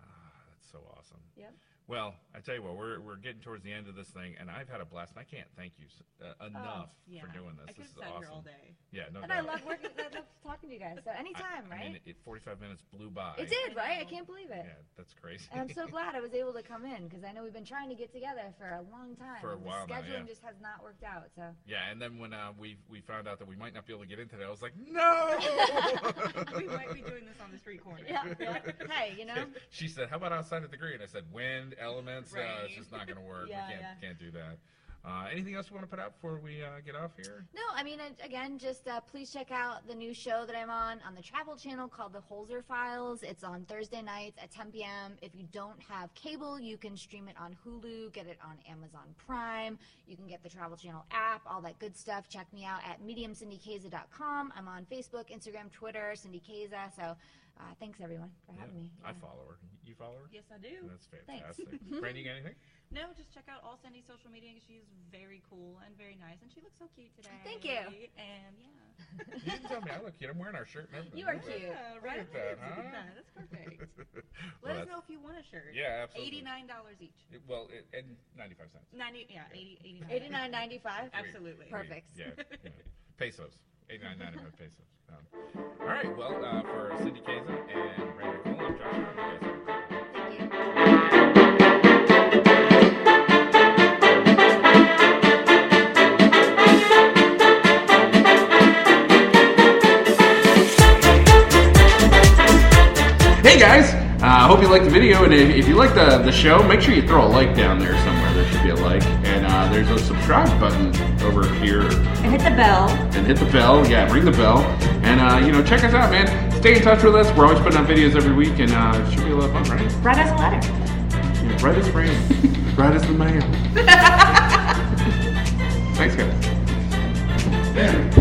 Speaker 3: Ah, that's so awesome.
Speaker 4: Yep.
Speaker 3: Well, I tell you what, we're, we're getting towards the end of this thing, and I've had a blast, and I can't thank you s-
Speaker 4: Oh,
Speaker 3: uh, enough
Speaker 5: yeah.
Speaker 3: for doing
Speaker 5: I
Speaker 3: this.
Speaker 5: could
Speaker 3: This is
Speaker 5: have sat
Speaker 3: awesome.
Speaker 5: here all day.
Speaker 3: Yeah, no
Speaker 4: And
Speaker 3: doubt.
Speaker 4: I love working, I love talking to you guys. So
Speaker 3: I-
Speaker 4: anytime,
Speaker 3: I mean,
Speaker 4: right?
Speaker 3: it, it- 45 minutes blew by.
Speaker 4: It did, right? I can't believe it.
Speaker 3: Yeah, that's crazy.
Speaker 4: And I'm so glad I was able to come in because I know we've been trying to get together for a long time.
Speaker 3: For a
Speaker 4: and the
Speaker 3: while now, yeah.
Speaker 4: scheduling just has not worked out. So
Speaker 3: yeah, and then when uh, we we found out that we might not be able to get into that, I was like, no.
Speaker 5: we might be doing this on the street corner.
Speaker 4: yeah, yeah. hey, you know,
Speaker 3: she said, "How about outside of the green?" I said, "Wind, elements. Uh, it's
Speaker 5: Rain.
Speaker 3: just not going to work.
Speaker 5: Yeah,
Speaker 3: we can't
Speaker 5: yeah.
Speaker 3: can't do that." Uh, anything else you want to put out before we uh, get off here?
Speaker 4: no, I mean, and again, just uh, please check out the new show that I'm on on the Travel Channel called The Holzer Files. It's on Thursday nights at 10 p.m. If you don't have cable, you can stream it on Hulu, get it on Amazon Prime. You can get the Travel Channel app, all that good stuff. Check me out at mediumcindykeza.com. I'm on Facebook, Instagram, Twitter, Cindy Keza. So uh, thanks everyone for having me.
Speaker 3: I
Speaker 4: Yeah.
Speaker 3: follow her. You follow her?
Speaker 5: Yes, I do.
Speaker 3: That's fantastic. Brandy, you got anything?
Speaker 5: No, just check out all Sandy's social media. She's very cool and very nice, and she looks so cute today.
Speaker 4: Thank you.
Speaker 5: And yeah,
Speaker 3: You didn't tell me I look cute. I'm wearing our shirt. and everything.
Speaker 4: You are
Speaker 3: Look at
Speaker 4: cute.
Speaker 5: yeah
Speaker 3: right?
Speaker 5: right.
Speaker 3: at that, huh?
Speaker 5: That's perfect.
Speaker 3: that.
Speaker 5: Let
Speaker 3: Well,
Speaker 5: us
Speaker 3: that's-
Speaker 5: know if you want a shirt.
Speaker 3: Yeah, absolutely.
Speaker 5: Eighty-nine Mm, dollars each.
Speaker 3: It- Well, it, and 95 cents.
Speaker 5: Ninety. Yeah, eighty. Eighty-nine.
Speaker 4: 89.95.
Speaker 5: Absolutely.
Speaker 3: We-
Speaker 4: Perfect.
Speaker 3: Yeah, yeah. pesos. 89.95 pesos. Um, all right. Well, uh, for Cindy Kaza and Brandy Cole, I'm Josh. Brown. You guys have a great day.
Speaker 4: Thank you.
Speaker 8: Hey guys, I uh, hope you liked the video, and if, if you like the, the show, make sure you throw a like down there somewhere. There should be a like, and uh, there's a subscribe button over here,
Speaker 9: And hit the bell.
Speaker 8: and hit the bell. Yeah, ring the bell, and uh, you know, check us out, man. Stay in touch with us. We're always putting out videos every week, and uh, it should be a lot of fun, right?
Speaker 9: Write us a letter.
Speaker 8: Yeah, right as rain, right as the mail. Thanks, guys.